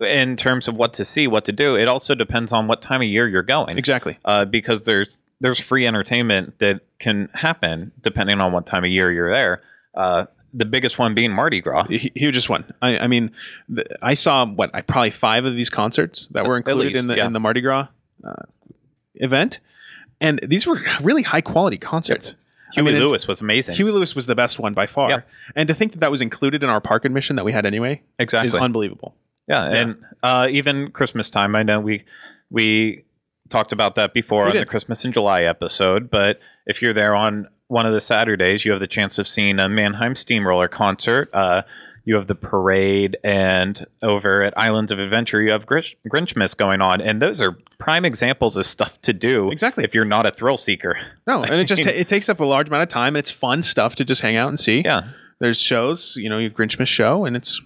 S1: in terms of what to see, what to do, it also depends on what time of year you're going.
S2: Exactly.
S1: Uh, because there's there's free entertainment that can happen depending on what time of year you're there. Uh, the biggest one being Mardi Gras.
S2: Hu- Hugest one. I, I mean, th I saw what I probably five of these concerts that were
S1: At
S2: included
S1: least,
S2: in the
S1: yeah.
S2: in the Mardi Gras uh, event, and these were really high quality concerts. I
S1: Huey
S2: mean, it-
S1: Lewis was amazing.
S2: Huey Lewis was the best one by far,
S1: Yeah.
S2: and to think that that was included in our park admission that we had anyway
S1: exactly.
S2: is unbelievable.
S1: yeah, and uh, even Christmas time. I know we we talked about that before
S2: We
S1: on the
S2: did.
S1: Christmas in July episode, but if you're there on one of the Saturdays, you have the chance of seeing a Mannheim Steamroller concert. Uh, you have the parade, and over at Islands of Adventure, you have Grinch- Grinchmas going on, and those are prime examples of stuff to do.
S2: Exactly.
S1: if you're not a thrill seeker.
S2: No, and it just ta- it takes up a large amount of time. It's fun stuff to just hang out and see.
S1: Yeah,
S2: There's shows, you know, your Grinchmas show, and it's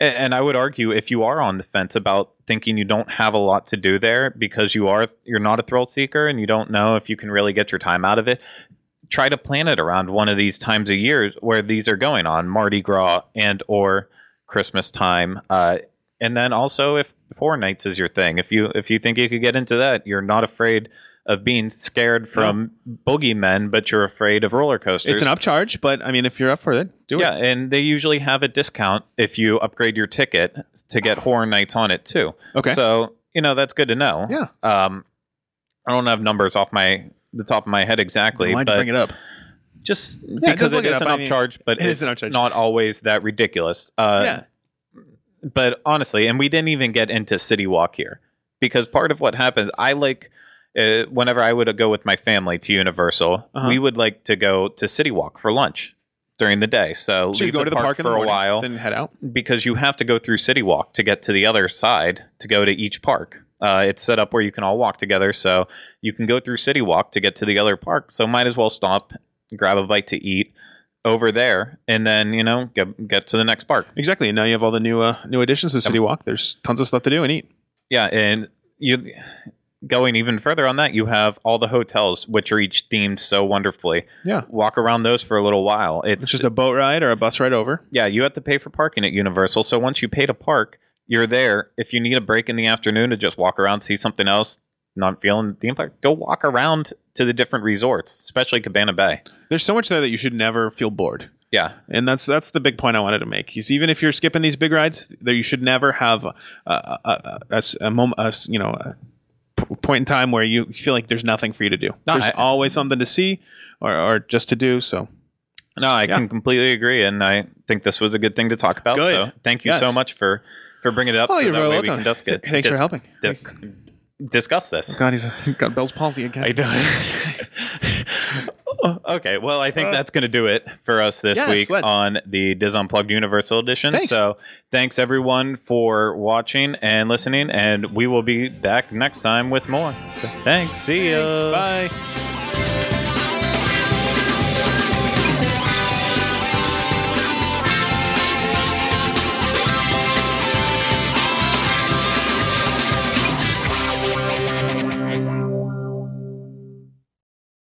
S1: A- and I would argue if you are on the fence about thinking you don't have a lot to do there because you are you're not a thrill seeker and you don't know if you can really get your time out of it, try to plan it around one of these times a year where these are going on Mardi Gras and or Christmas time. Uh, and then also if four nights is your thing, if you if you think you could get into that, you're not afraid of being scared from boogeymen, but you're afraid of roller coasters.
S2: it's an upcharge, but I mean, if you're up for it, do
S1: Yeah,
S2: it.
S1: and they usually have a discount if you upgrade your ticket to get horror nights on it too.
S2: Okay.
S1: So you know that's good to know.
S2: Yeah.
S1: Um, I don't have numbers off my the top of my head exactly,
S2: Why'd you
S1: but
S2: bring it up?
S1: just
S2: Yeah,
S1: because
S2: just look
S1: it
S2: it
S1: is
S2: up.
S1: an
S2: I mean,
S1: upcharge, but
S2: it
S1: it's
S2: is an upcharge.
S1: not always that ridiculous. Uh,
S2: yeah.
S1: But honestly, and we didn't even get into City Walk here because part of what happens, I like. Uh, whenever I would go with my family to Universal,
S2: Uh-huh.
S1: we would like to go to City Walk for lunch during the day. So,
S2: So you
S1: leave
S2: go to the park, in the
S1: for a
S2: morning,
S1: while,
S2: then head out.
S1: because you have to go through City Walk to get to the other side to go to each park. Uh, it's set up where you can all walk together, so you can go through City Walk to get to the other park. So might as well stop, grab a bite to eat over there, and then you know get get to the next park.
S2: Exactly. And now you have all the new uh, new additions to City Walk. There's tons of stuff to do and eat.
S1: Yeah, and you going even further on that, you have all the hotels which are each themed so wonderfully.
S2: Yeah.
S1: Walk around those for a little while.
S2: It's just a boat ride or a bus ride over.
S1: yeah, you have to pay for parking at Universal. So once you pay to park, you're there. If you need a break in the afternoon to just walk around, see something else, not feeling the impact, go walk around to the different resorts, especially Cabana Bay.
S2: There's so much there that you should never feel bored.
S1: Yeah,
S2: And that's that's the big point I wanted to make. Is even if you're skipping these big rides, there you should never have a a, a, a, moment, you know, a p- point in time where you feel like there's nothing for you to do.
S1: No,
S2: there's
S1: I-
S2: always something to see or, or just to do. So
S1: no, I
S2: Yeah.
S1: can completely agree, and I think this was a good thing to talk about.
S2: Good.
S1: So thank you
S2: Yes.
S1: so much for for bringing it up. so that way we can just get-
S2: Thanks for
S1: dis-
S2: helping.
S1: dis- discuss this.
S2: God, he's got Bell's palsy again.
S1: I don't. okay, well, I think that's going to do it for us this
S2: Uh, Yes,
S1: week
S2: let's-
S1: on the Diz Unplugged Universal Edition.
S2: Thanks.
S1: So, thanks everyone for watching and listening, and we will be back next time with more. So, thanks. See ya.
S2: Thanks. Bye.